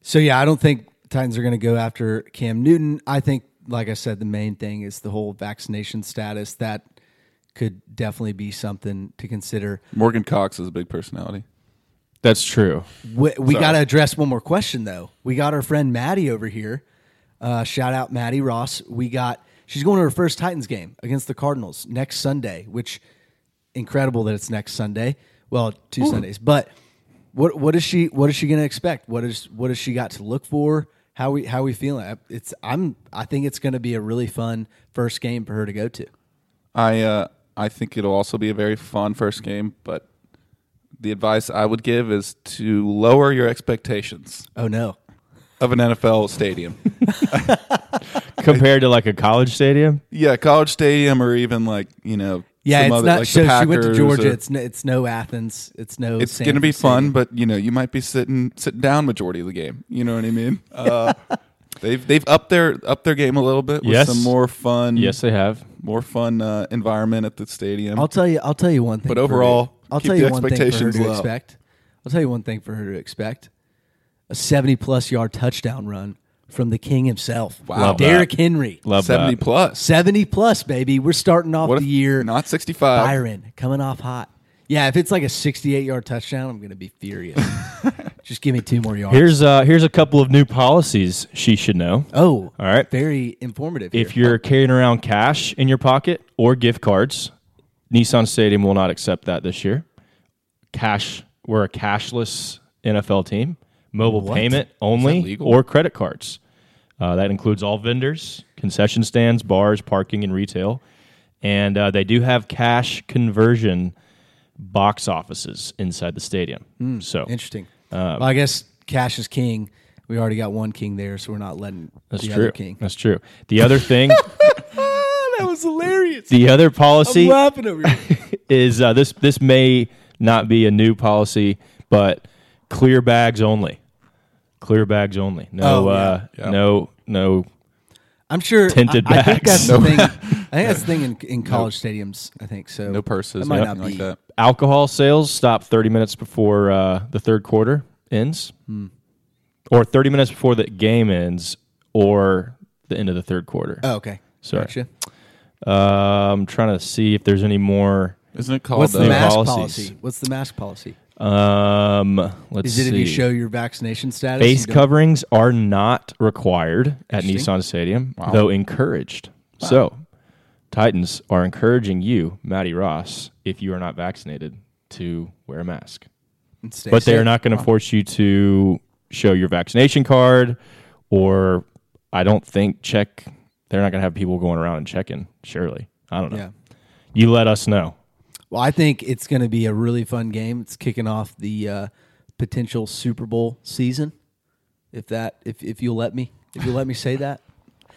C: So yeah, I don't think Titans are going to go after Cam Newton. I think, like I said, the main thing is the whole vaccination status that could definitely be something to consider.
D: Morgan Cox is a big personality.
A: That's true.
C: We, we got to address one more question though. We got our friend Maddie over here. Uh, shout out Maddie Ross. We got she's going to her first Titans game against the Cardinals next Sunday, which incredible that it's next Sunday. Well, two Sundays, but what what is she what is she going to expect? What is what has she got to look for? How we how we feeling? I- It's I'm I think it's going to be a really fun first game for her to go to.
D: I uh, I think it'll also be a very fun first game, but the advice I would give is to lower your expectations
C: Oh no,
D: of an NFL stadium.
A: Compared to like a college stadium,
D: yeah, college stadium or even like you know
C: yeah,
D: some
C: it's
D: other-
C: not.
D: like the
C: so she went to
D: Packers
C: Georgia.
D: or-
C: it's no, it's no Athens. It's no.
D: it's
C: San
D: going to be
C: Jose.
D: fun, but you know you might be sitting sitting down majority of the game. You know what I mean? Uh, they've they've upped their up their game a little bit with
A: Yes.
D: some more fun
A: yes, they have.
D: more fun uh, environment at the stadium.
C: I'll tell you. I'll tell you one thing.
D: But
C: for her-
D: overall,
C: I'll
D: keep
C: tell
D: the
C: you one thing for her
D: expectations
C: to
D: low.
C: expect. I'll tell you one thing for her to expect: a seventy-plus yard touchdown run from the king himself,
D: Wow.
C: Derrick Henry,
A: Love
D: Seventy
A: that.
D: plus.
C: seventy-plus baby. We're starting off
D: What
C: the
D: if-
C: year
D: Not sixty five.
C: Byron coming off hot. Yeah, if it's like a sixty-eight yard touchdown, I'm gonna be furious. Just give me two more yards.
A: Here's uh, here's a couple of new policies she should know.
C: oh,
A: All right.
C: very informative.
A: If
C: here.
A: you're carrying around cash in your pocket or gift cards, Nissan Stadium will not accept that this year. Cash, we're a cashless NFL team. Mobile payment only
D: legal?
A: or credit cards. Uh, that includes all vendors, concession stands, bars, parking, and retail. And uh, they do have cash conversion box offices inside the stadium. so
C: Hmm. Interesting.
A: Uh,
C: well, I guess cash is king. We already got one king there, so we're not letting
A: that's
C: the
A: true.
C: other king.
A: That's true. The other thing,
C: that was hilarious.
A: the other policy.
C: I'm laughing over here.
A: is uh, this this may not be a new policy, but clear bags only. Clear bags only. No,
C: Oh, yeah.
A: uh,
D: Yeah.
A: no, no.
C: I'm sure.
A: Tinted
C: I, I think
A: bags.
C: that's the thing. I think that's the thing in, in college stadiums. I think so.
D: No purses.
C: That might
D: or
C: not
D: anything
C: be.
D: like that.
A: Alcohol sales stop thirty minutes before uh, the third quarter ends,
C: Hmm.
A: or thirty minutes before the game ends, or the end of the third quarter.
C: Oh, okay.
A: Sorry.
C: Gotcha.
A: Uh, I'm trying to see if there's any more.
D: Isn't it called uh,
C: What's the
A: new
C: mask
A: policies.
C: policy? What's the mask policy?
A: Um, let's
C: Is it if you
A: see.
C: show your vaccination status?
A: Face
C: you don't-
A: coverings are not required at
C: Interesting.
A: Nissan Stadium, though encouraged. So, Titans are encouraging you, Matty Ross, if you are not vaccinated, to wear a mask.
C: and stay
A: But they
C: safe.
A: are not going to force you to show your vaccination card, or I don't think check. They're not going to have people going around and checking. Surely, I don't know.
C: Yeah.
A: You let us know.
C: Well, I think it's going to be a really fun game. It's kicking off the uh, potential Super Bowl season. If that, if if you let me, if you let me say that.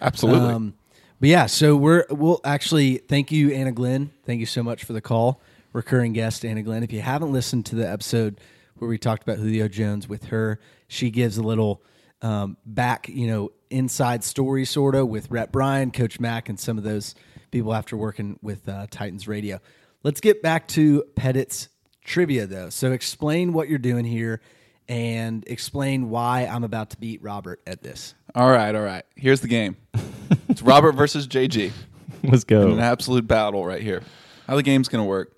D: Absolutely.
C: Um, but yeah, so we're we'll actually thank you, Anna Glenn. Thank you so much for the call, recurring guest Anna Glenn. If you haven't listened to the episode where we talked about Julio Jones with her, she gives a little um, back, you know, inside story sort of with Rhett Bryan, Coach Mack, and some of those people after working with uh, Titans Radio. Let's get back to Pettit's trivia though. So explain what you're doing here. And explain why I'm about to beat Robert at this.
D: all right, all right. Here's the game. it's Robert versus JG.
A: Let's
D: An
A: go.
D: absolute battle right here. How the game's going to work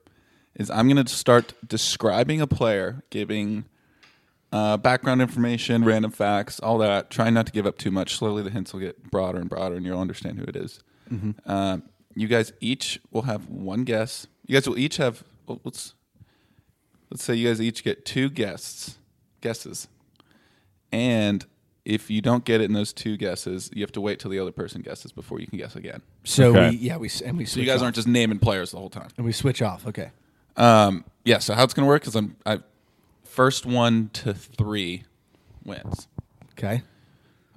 D: is I'm going to start describing a player, giving uh, background information, random facts, all that. Try not to give up too much. Slowly, the hints will get broader and broader, and you'll understand who it is. Uh, you guys each will have one guess. You guys will each have. well, Let's let's say you guys each get two guests guesses, and if you don't get it in those two guesses, you have to wait till the other person guesses before you can guess again.
C: So
A: Okay.
C: we, yeah, we s- and we.
D: So you guys aren't just naming players the whole time.
C: And we switch off. Okay.
D: Um, yeah. So how it's gonna work is I'm I first one to three wins.
C: Okay.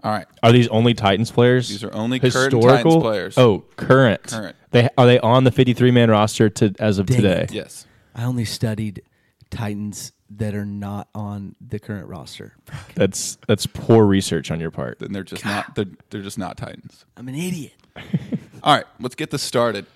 D: All right.
A: Are these only Titans players?
D: These are only current Titans players.
A: Oh, current.
D: Current.
A: They are they on the 53 man roster to as of
C: Dang
A: today?
C: it.
D: Yes.
C: I only studied Titans that are not on the current roster.
A: That's that's poor research on your part.
D: Then they're just not they're, they're just not Titans.
C: I'm an idiot.
D: All right. Let's get this started.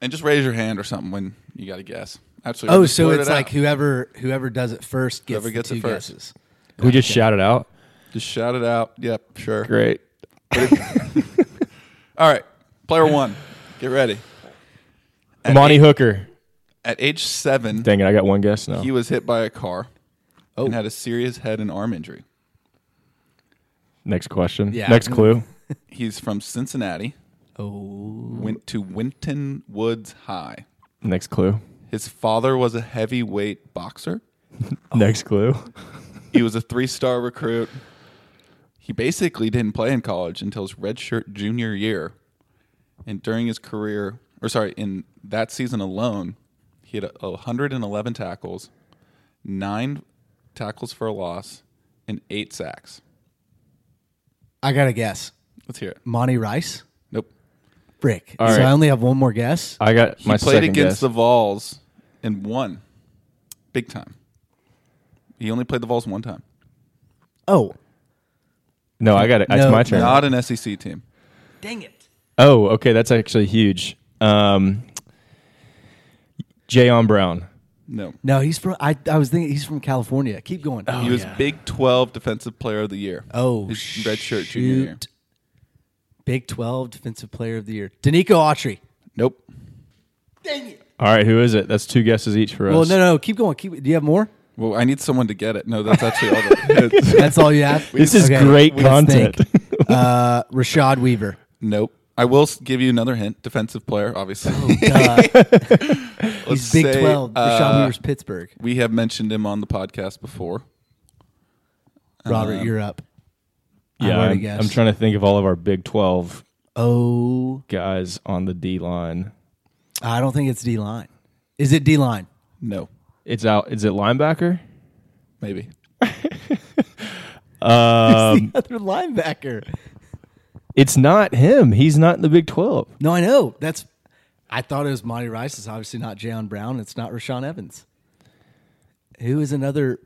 D: and just raise your hand or something when you got to guess. Absolutely.
C: Oh,
D: Just
C: so
D: blurt
C: it's
D: it
C: like
D: out.
C: whoever whoever does it first gets,
D: Whoever
C: the
D: gets it
C: two
D: first.
C: guesses.
A: we just shouted out.
D: just shout it out. Yep. Sure.
A: Great.
D: All right. Player one, get ready.
A: Monty Hooker.
D: At age seven,
A: Dang it, I got one guess now.
D: he was hit by a car
C: Oh.
D: and had a serious head and arm injury.
A: Next question.
C: Yeah.
A: Next clue.
D: He's from Cincinnati. Oh. Went to Winton Woods High.
A: Next clue.
D: His father was a heavyweight boxer. Oh.
A: Next clue.
D: He was a three star recruit. He basically didn't play in college until his redshirt junior year. And during his career, or sorry, in that season alone, he had 111 tackles, nine tackles for a loss, and eight sacks.
C: I got to guess.
D: Let's hear it.
C: Monty Rice?
D: Nope.
C: Frick.
A: All
C: so
A: right.
C: I only have one more guess.
A: I got
D: He
A: my
D: played
A: second
D: against
A: guess.
D: the Vols and won big time. He only played the Vols one time.
C: Oh,
A: no, I got it. It's
C: No,
A: my turn.
D: Not an SEC team.
C: dang it.
A: Oh, okay. That's actually huge. Um, Jayon Brown.
D: No.
C: No, he's from. I, I was thinking he's from California. Keep going.
D: He was Big 12 Defensive Player of the Year.
C: Oh,
D: his red shirt
C: shoot.
D: junior year.
C: Big 12 Defensive Player of the Year. Danico Autry.
D: Nope.
A: All right, who is it? That's two guesses each for us.
C: Well, no, no, keep going. Keep. Do you have more?
D: Well, I need someone to get it. No, that's actually all. The,
C: That's all you have.
A: This is great
C: let's
A: content.
C: think. uh, Rashad Weaver.
D: nope. I will s- give you another hint. Defensive player, obviously.
C: Duh.
D: Let's
C: he's Oh, Big
D: say,
C: 12. Rashad
D: uh,
C: Weaver's Pittsburgh.
D: we have mentioned him on the podcast before. uh,
C: Robert, you're up.
A: Yeah,
C: already
A: I'm,
C: guessed.
A: I'm trying to think of all of our Big 12
C: Oh,
A: guys on the D line.
C: I don't think it's D line. Is it D line?
D: No,
A: It's out. Is it linebacker?
D: maybe.
C: Who's the other linebacker?
A: It's not him. He's not in the Big 12.
C: No, I know. That's. I thought it was Monty Rice. It's obviously not Jayon Brown. It's not Rashawn Evans. Who is another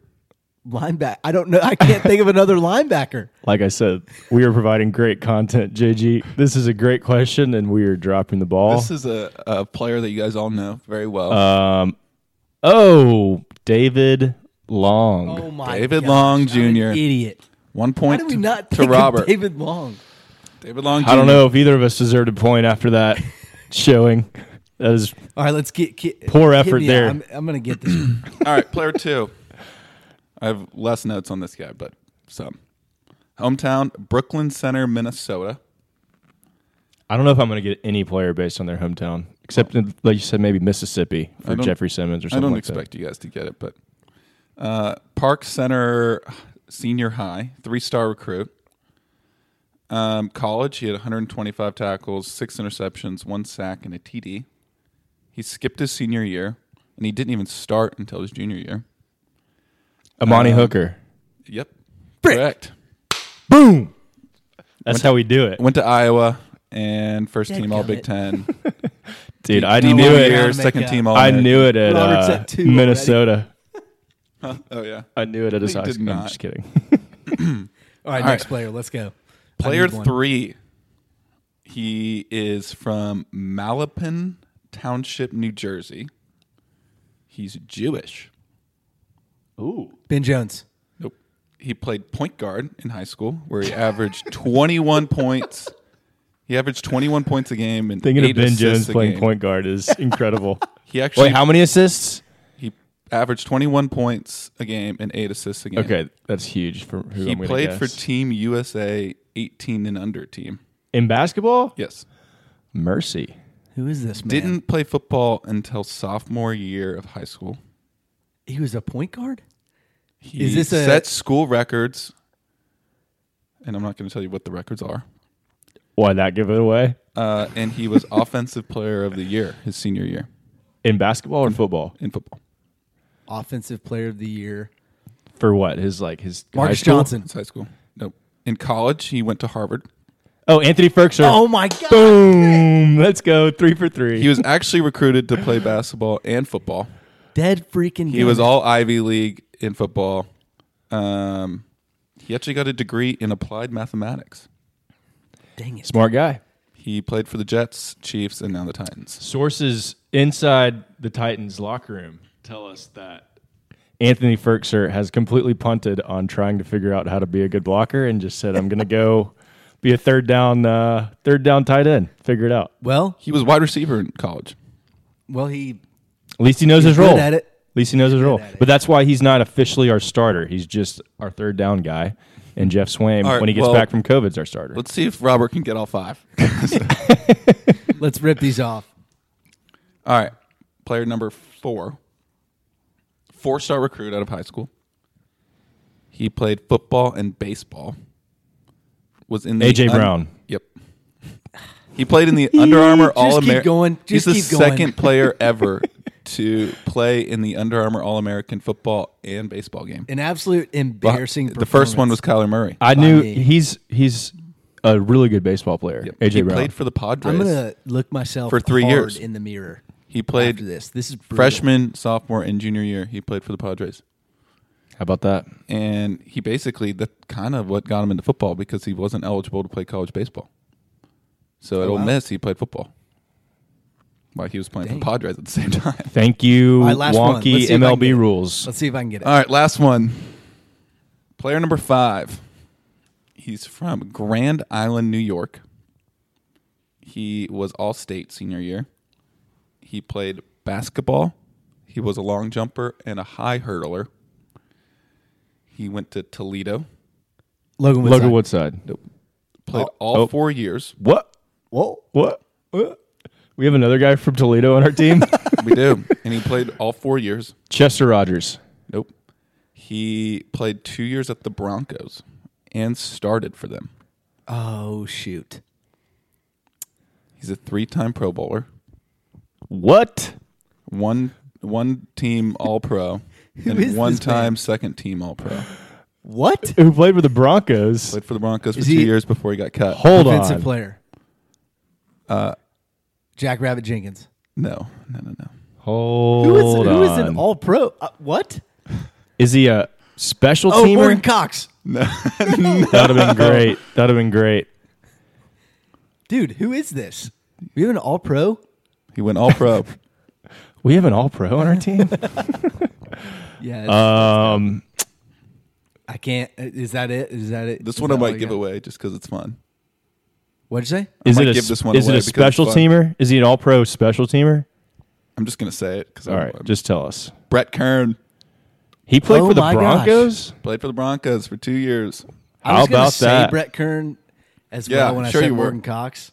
C: linebacker? I don't know. I can't think of another linebacker.
A: Like I said, we are providing great content, JG. This is a great question, and we are dropping the ball.
D: This is a, a player that you guys all know very well.
A: Uh, oh, David Long.
C: Oh my!
D: David Long
C: I'm an
D: Jr..
C: Idiot.
D: One
C: Why
D: point
C: did we
D: to-
C: not
D: to
C: think of
D: Robert.
C: David Long?
D: David Long.
A: I don't
D: Jr.
A: know if either of us deserved a point after that showing. That was
C: All right, let's get, get
A: Poor
C: hit
A: effort
C: me
A: there.
C: out. I'm, I'm gonna get this. one.
D: All right, player two. I have less notes on this guy, but some. Hometown, Brooklyn Center, Minnesota.
A: I don't know if I'm going to get any player based on their hometown, except in, like you said, maybe Mississippi
D: I
A: for
D: don't-
A: Jeffrey Simmons or
D: I
A: something.
D: don't
A: like that.
D: expect you guys to get it, but uh, Park Center Senior High, three star recruit. Um, college, he had 125 tackles, six interceptions, one sack, and a TD. He skipped his senior year, and he didn't even start until his junior year.
A: Amani Hooker.
D: Yep.
C: Frick.
D: Correct.
A: Boom. That's how we do it,
D: Went to Iowa and first team All
C: Dadgummit.
D: Big Ten.
A: dude. I
D: Team
A: knew
D: of the
A: it.
D: Year,
C: Gotta make
D: second
C: up.
D: team All
A: I knew it at
C: Robert's
A: uh,
C: at two
A: Minnesota.
D: Oh yeah.
A: I knew it at his
D: No, you
A: high
D: did
A: school. I'm
D: not.
A: just kidding.
C: All right,
D: All
C: next
D: right.
C: player. Let's go. I
D: Player
C: need one.
D: three. He is from Mallapan Township, New Jersey. He's Jewish.
C: Ben Jones.
D: Nope. He played point guard in high school, where he averaged 21 points. He averaged 21 points a game and
A: Thinking
D: eight
A: of Ben
D: assists
A: Jones
D: a
A: playing
D: game.
A: point guard is incredible.
D: He actually
A: Wait, how many assists?
D: he averaged 21 points a game and eight assists a game.
A: Okay, that's huge for who
D: He
A: I'm going to
D: played
A: guess.
D: for Team USA 18 and under team.
A: In basketball?
D: Yes.
A: Mercy.
C: Who is this man?
D: Didn't play football until sophomore year of high school.
C: he was a point guard?
D: He
C: Is this a-
D: set school records? And I'm not going to tell you what the records are.
A: Why that give it away?
D: Uh, and he was offensive player of the year his senior year
A: In basketball or football?
D: in football.
C: Offensive Player of the Year.
A: For what? His like his high
C: Marcus
A: school?
C: Johnson.
D: It's high school. Nope. In college, he went to Harvard.
A: Oh, Anthony Ferkser.
C: Oh my god!
A: Boom! Let's go three for three.
D: He was actually recruited to play basketball and football.
C: Dead freaking.
D: He was all Ivy League in football. Um, he actually got a degree in applied mathematics.
C: Dang it!
A: smart guy.
D: He played for the Jets, Chiefs, and now the Titans.
A: Sources inside the Titans locker room tell us that Anthony Ferkser has completely punted on trying to figure out how to be a good blocker and just said, "I'm going to go be a third down, uh, third down tight end. Figure it out."
C: Well,
D: He was wide receiver in college.
C: Well, he
A: At least he knows
C: He's
A: his role.
C: good at it.
A: At least he knows his role.
C: at it.
A: But that's why he's not officially our starter. He's just our third down guy. And Jeff Swaim,
D: All right,
A: when he gets
D: well-
A: back from COVID's our starter.
D: Let's see if Robert can get all five.
C: let's rip these off.
D: all right. Player number four. Four star recruit out of high school. He played football and baseball. Was in the
A: AJ Brown.
D: Yep. He played in the Under Armour
C: Just
D: All
C: keep going.
D: American. He's
C: Just
D: the
C: keep going.
D: second player ever to play in the Under Armour All American football and baseball game.
C: An absolute
D: Well,
C: embarrassing.
D: The first one was Kyler Murray.
A: I knew
C: me.
A: he's he's a really good baseball player.
D: Yep.
A: AJ
D: he
A: Brown.
D: played for the Padres.
C: I'm gonna look myself
D: For three
C: hard
D: years.
C: in the mirror.
D: he played
C: after this. This is brutal.
D: freshman, sophomore, and junior year. He played for the Padres,
A: How about that?
D: and he basically that kind of what got him into football because he wasn't eligible to play college baseball. So
A: Oh,
D: at Ole Miss, he played football. While he was playing for the Padres at the same time.
A: Thank you,
C: All right, last one. Let's see
A: wonky
C: if I can get
A: MLB
C: it.
A: rules.
C: Let's see if I can get it.
D: All right, last one. Player number five. He's from Grand Island, New York. He was all state senior year. He played basketball. He was a long jumper and a high hurdler. He went to Toledo.
C: Logan Woodside.
A: Logan Woodside.
D: Played all
A: oh.
D: four years.
A: What?
C: Whoa.
A: What? What? We have another guy from Toledo on our team.
D: We do. and he played all four years.
A: Chester Rogers.
D: Nope. He played two years at the Broncos and started for them.
C: Oh shoot.
D: He's a three time Pro Bowler.
A: What?
D: one one team all pro
C: is
D: and one
C: this man?
D: time second team all pro.
C: What?
A: Who played with the Broncos?
D: Played for the Broncos for
C: Is
D: two
C: he-
D: years before he got cut.
A: Hold
C: Defensive
A: on.
C: player. Uh,
D: Uh,
C: Jack Rabbit Jenkins.
D: no, no, no, no.
A: Hold
C: Who is who is
A: on.
C: an all pro? Uh, what?
A: Is he a special
C: Oh,
A: teamer?
C: Morgan Cox.
A: That'd have been great. That'd have been great.
C: Dude, who is this? We have an all pro?
D: He went all pro.
A: We have an all pro on our team.
C: Yeah. it's-
A: um,
C: I can't. uh, Is that it? Is that it?
D: this
C: Is
D: one I
C: that all
D: might
C: you
D: give
C: got?
D: away just because it's fun.
C: What'd you say?
A: is
D: might
A: it a,
D: give
A: s-
D: this one
A: is it
D: away
A: a
D: because it's
A: special
D: fun.
A: teamer? Is he an all pro special teamer?
D: I'm just gonna say it because
A: All right, just tell us.
D: Brett Kern
A: He played
C: Oh
A: for the
C: my gosh.
A: Broncos.
D: played for the Broncos for two years.
A: How
C: I was gonna
A: about
C: say
A: that?
C: Brett Kern as
D: Yeah,
C: well when
D: sure
C: I said
D: you were.
C: Morgan Cox.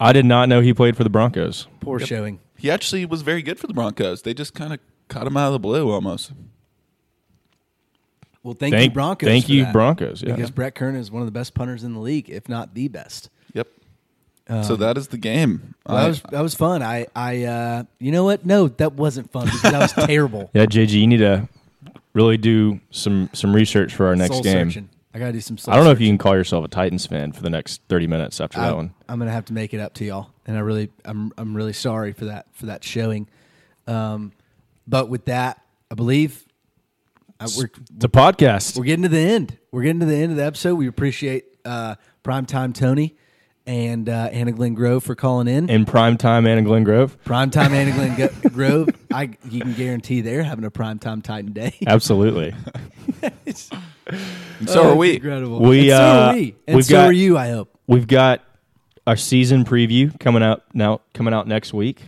A: I did not know he played for the Broncos.
C: Poor showing.
D: He actually was very good for the Broncos. They just kind of caught him out of the blue almost.
C: Well, thank, you,
A: Thank-
C: Broncos.
A: thank
C: for
A: you,
C: that.
A: Broncos, yeah.
C: Because Brett Kern is one of the best punters in the league, if not the best.
D: Yep.
A: Um,
D: so that is the game.
C: Well, that was that was fun. I I uh, you know what? No, that wasn't fun because that was terrible.
A: Yeah, JG, you need to really do some some research for our next
C: Soul
A: game.
C: searching. I gotta do some. Soul
A: I don't know if you can call yourself a Titans fan for the next thirty minutes after that one.
C: I'm gonna have to make it up to y'all, and I really I'm I'm really sorry for that for that showing. Um, but with that, I believe I, we're
A: It's a podcast.
C: We're getting to the end. We're getting to the end of the episode. We appreciate uh, Primetime Tony and uh, Anna Glenn Grove for calling in.
A: in prime time and in Glen Grove.
C: primetime Anna Glenn Go- Grove, I, you can guarantee they're having a Primetime Titan Day.
A: Absolutely.
D: And so are we.
C: Incredible.
A: We,
C: and so are
A: uh,
C: we. And
A: we've
C: so
A: got-
C: are you, I hope.
A: We've got our season preview coming out now coming out next week.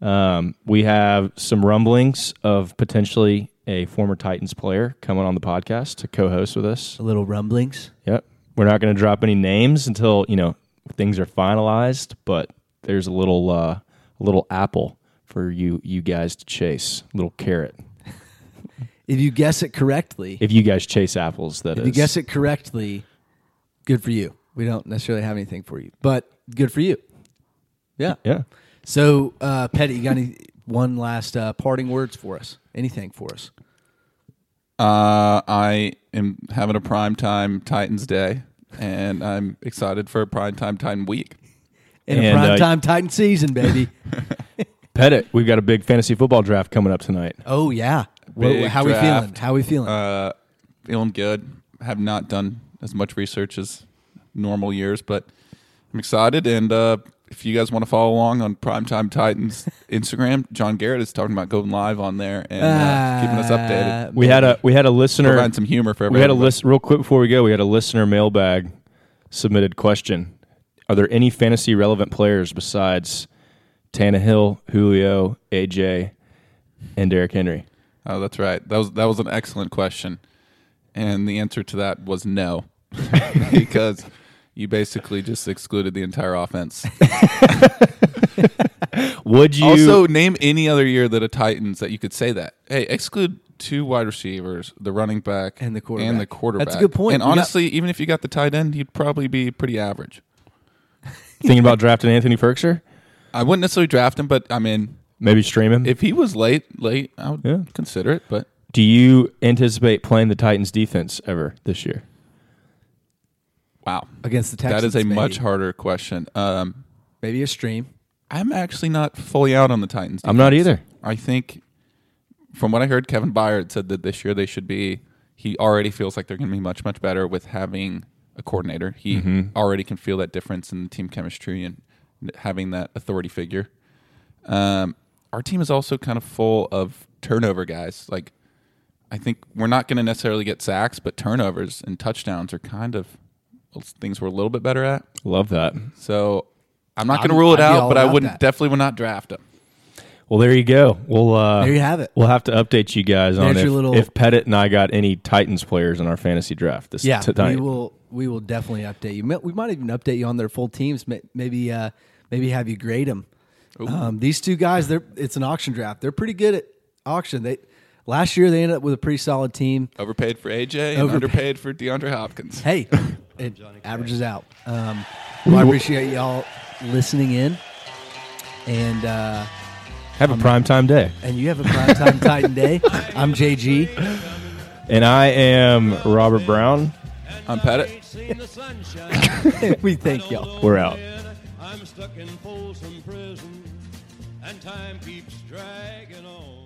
A: Um, we have some rumblings of potentially a former Titans player coming on the podcast to co-host with us.
C: A little rumblings.
A: Yep. We're not going to drop any names until you know things are finalized, but there's a little uh, a little apple for you you guys to chase, little carrot.
C: If you guess it correctly, if
A: If you guys chase apples, that is.
C: you guess it correctly, good for you. We don't necessarily have anything for you, but good for you. Yeah.
A: Yeah.
C: So, uh, Petty, you got any one last uh, parting words for us? Anything for us?
D: Uh, I am having a prime time Titans day, and I'm excited for a prime time Titan week.
C: in
A: And,
C: a
A: uh,
C: primetime Titan season, baby.
A: Pettit, we've got a big fantasy football draft coming up tonight.
C: oh yeah. Wha-
D: Big
C: how we feeling?
D: draft.
C: How we feeling?
D: Uh, feeling good. Have not done as much research as normal years, but I'm excited. And uh, if you guys want to follow along on Primetime Titans Instagram, John Garrett is talking about going live on there and uh, keeping us
C: Uh,
D: updated.
A: We had a we had a listener.
D: Provide some humor for
A: We had a
D: everybody.
A: list real quick before we go. We had a listener mailbag submitted question. Are there any fantasy relevant players besides Tannehill, Julio, AJ, and Derrick Henry.
D: Oh, that's right. That was that was an excellent question, and the answer to that was no, because you basically just excluded the entire offense.
A: Would you
D: also, name any other year that a Titans that you could say that. Hey, exclude two wide receivers, the running back,
C: And the quarterback.
D: and the quarterback.
C: That's a good point.
D: And
C: We got-
D: honestly, even if you got the tight end, you'd probably be pretty average.
A: thinking about drafting Anthony Ferkser?
D: I wouldn't necessarily draft him, but I mean,
A: Maybe stream him.
D: if he was late, late, I would
A: Yeah.
D: consider it. But
A: Do you anticipate playing the Titans defense ever this year?
D: wow,
C: Against the Texans,
D: that is a
C: maybe.
D: much harder question. Um,
C: Maybe a stream.
D: I'm actually not fully out on the Titans.
A: I'm not either.
D: I think from what I heard, Kevin Byard said that this year they should be. He already feels like they're going to be much much better with having a coordinator. He
C: Mm-hmm.
D: already can feel that difference in team chemistry and having that authority figure. Um, our team is also kind of full of turnover guys. Like I think we're not going to necessarily get sacks, but turnovers and touchdowns are kind of things we're a little bit better at.
A: Love that.
D: So I'm not going to
C: I'm-
D: rule it
C: I'd be all
D: out, but I
C: about
D: wouldn't
C: that.
D: definitely would not draft him.
A: Well, there you go. We'll uh,
C: There you have it.
A: We'll have to update you guys on
C: There's
A: if,
C: your little-
A: if Pettit and I got any Titans players in our fantasy draft this
C: Yeah,
A: tonight.
C: we will. We will definitely update you. Mi- We might even update you on their full teams. May- Maybe, uh, maybe have you grade them. Um, these two guys, they're it's an auction draft. They're pretty good at auction. They last year they ended up with a pretty solid team.
D: Overpaid for AJ and
C: Overpaid.
D: underpaid for DeAndre Hopkins.
C: Hey, it averages out. Um, well, I appreciate y'all listening in, and uh,
A: Have a prime time day.
C: and you have a primetime Titan day. I'm JG.
A: And I am Robert Brown.
D: I'm Pettit.
C: we thank y'all.
A: We're out.
B: I'm stuck in Folsom Prison, and time keeps dragging on.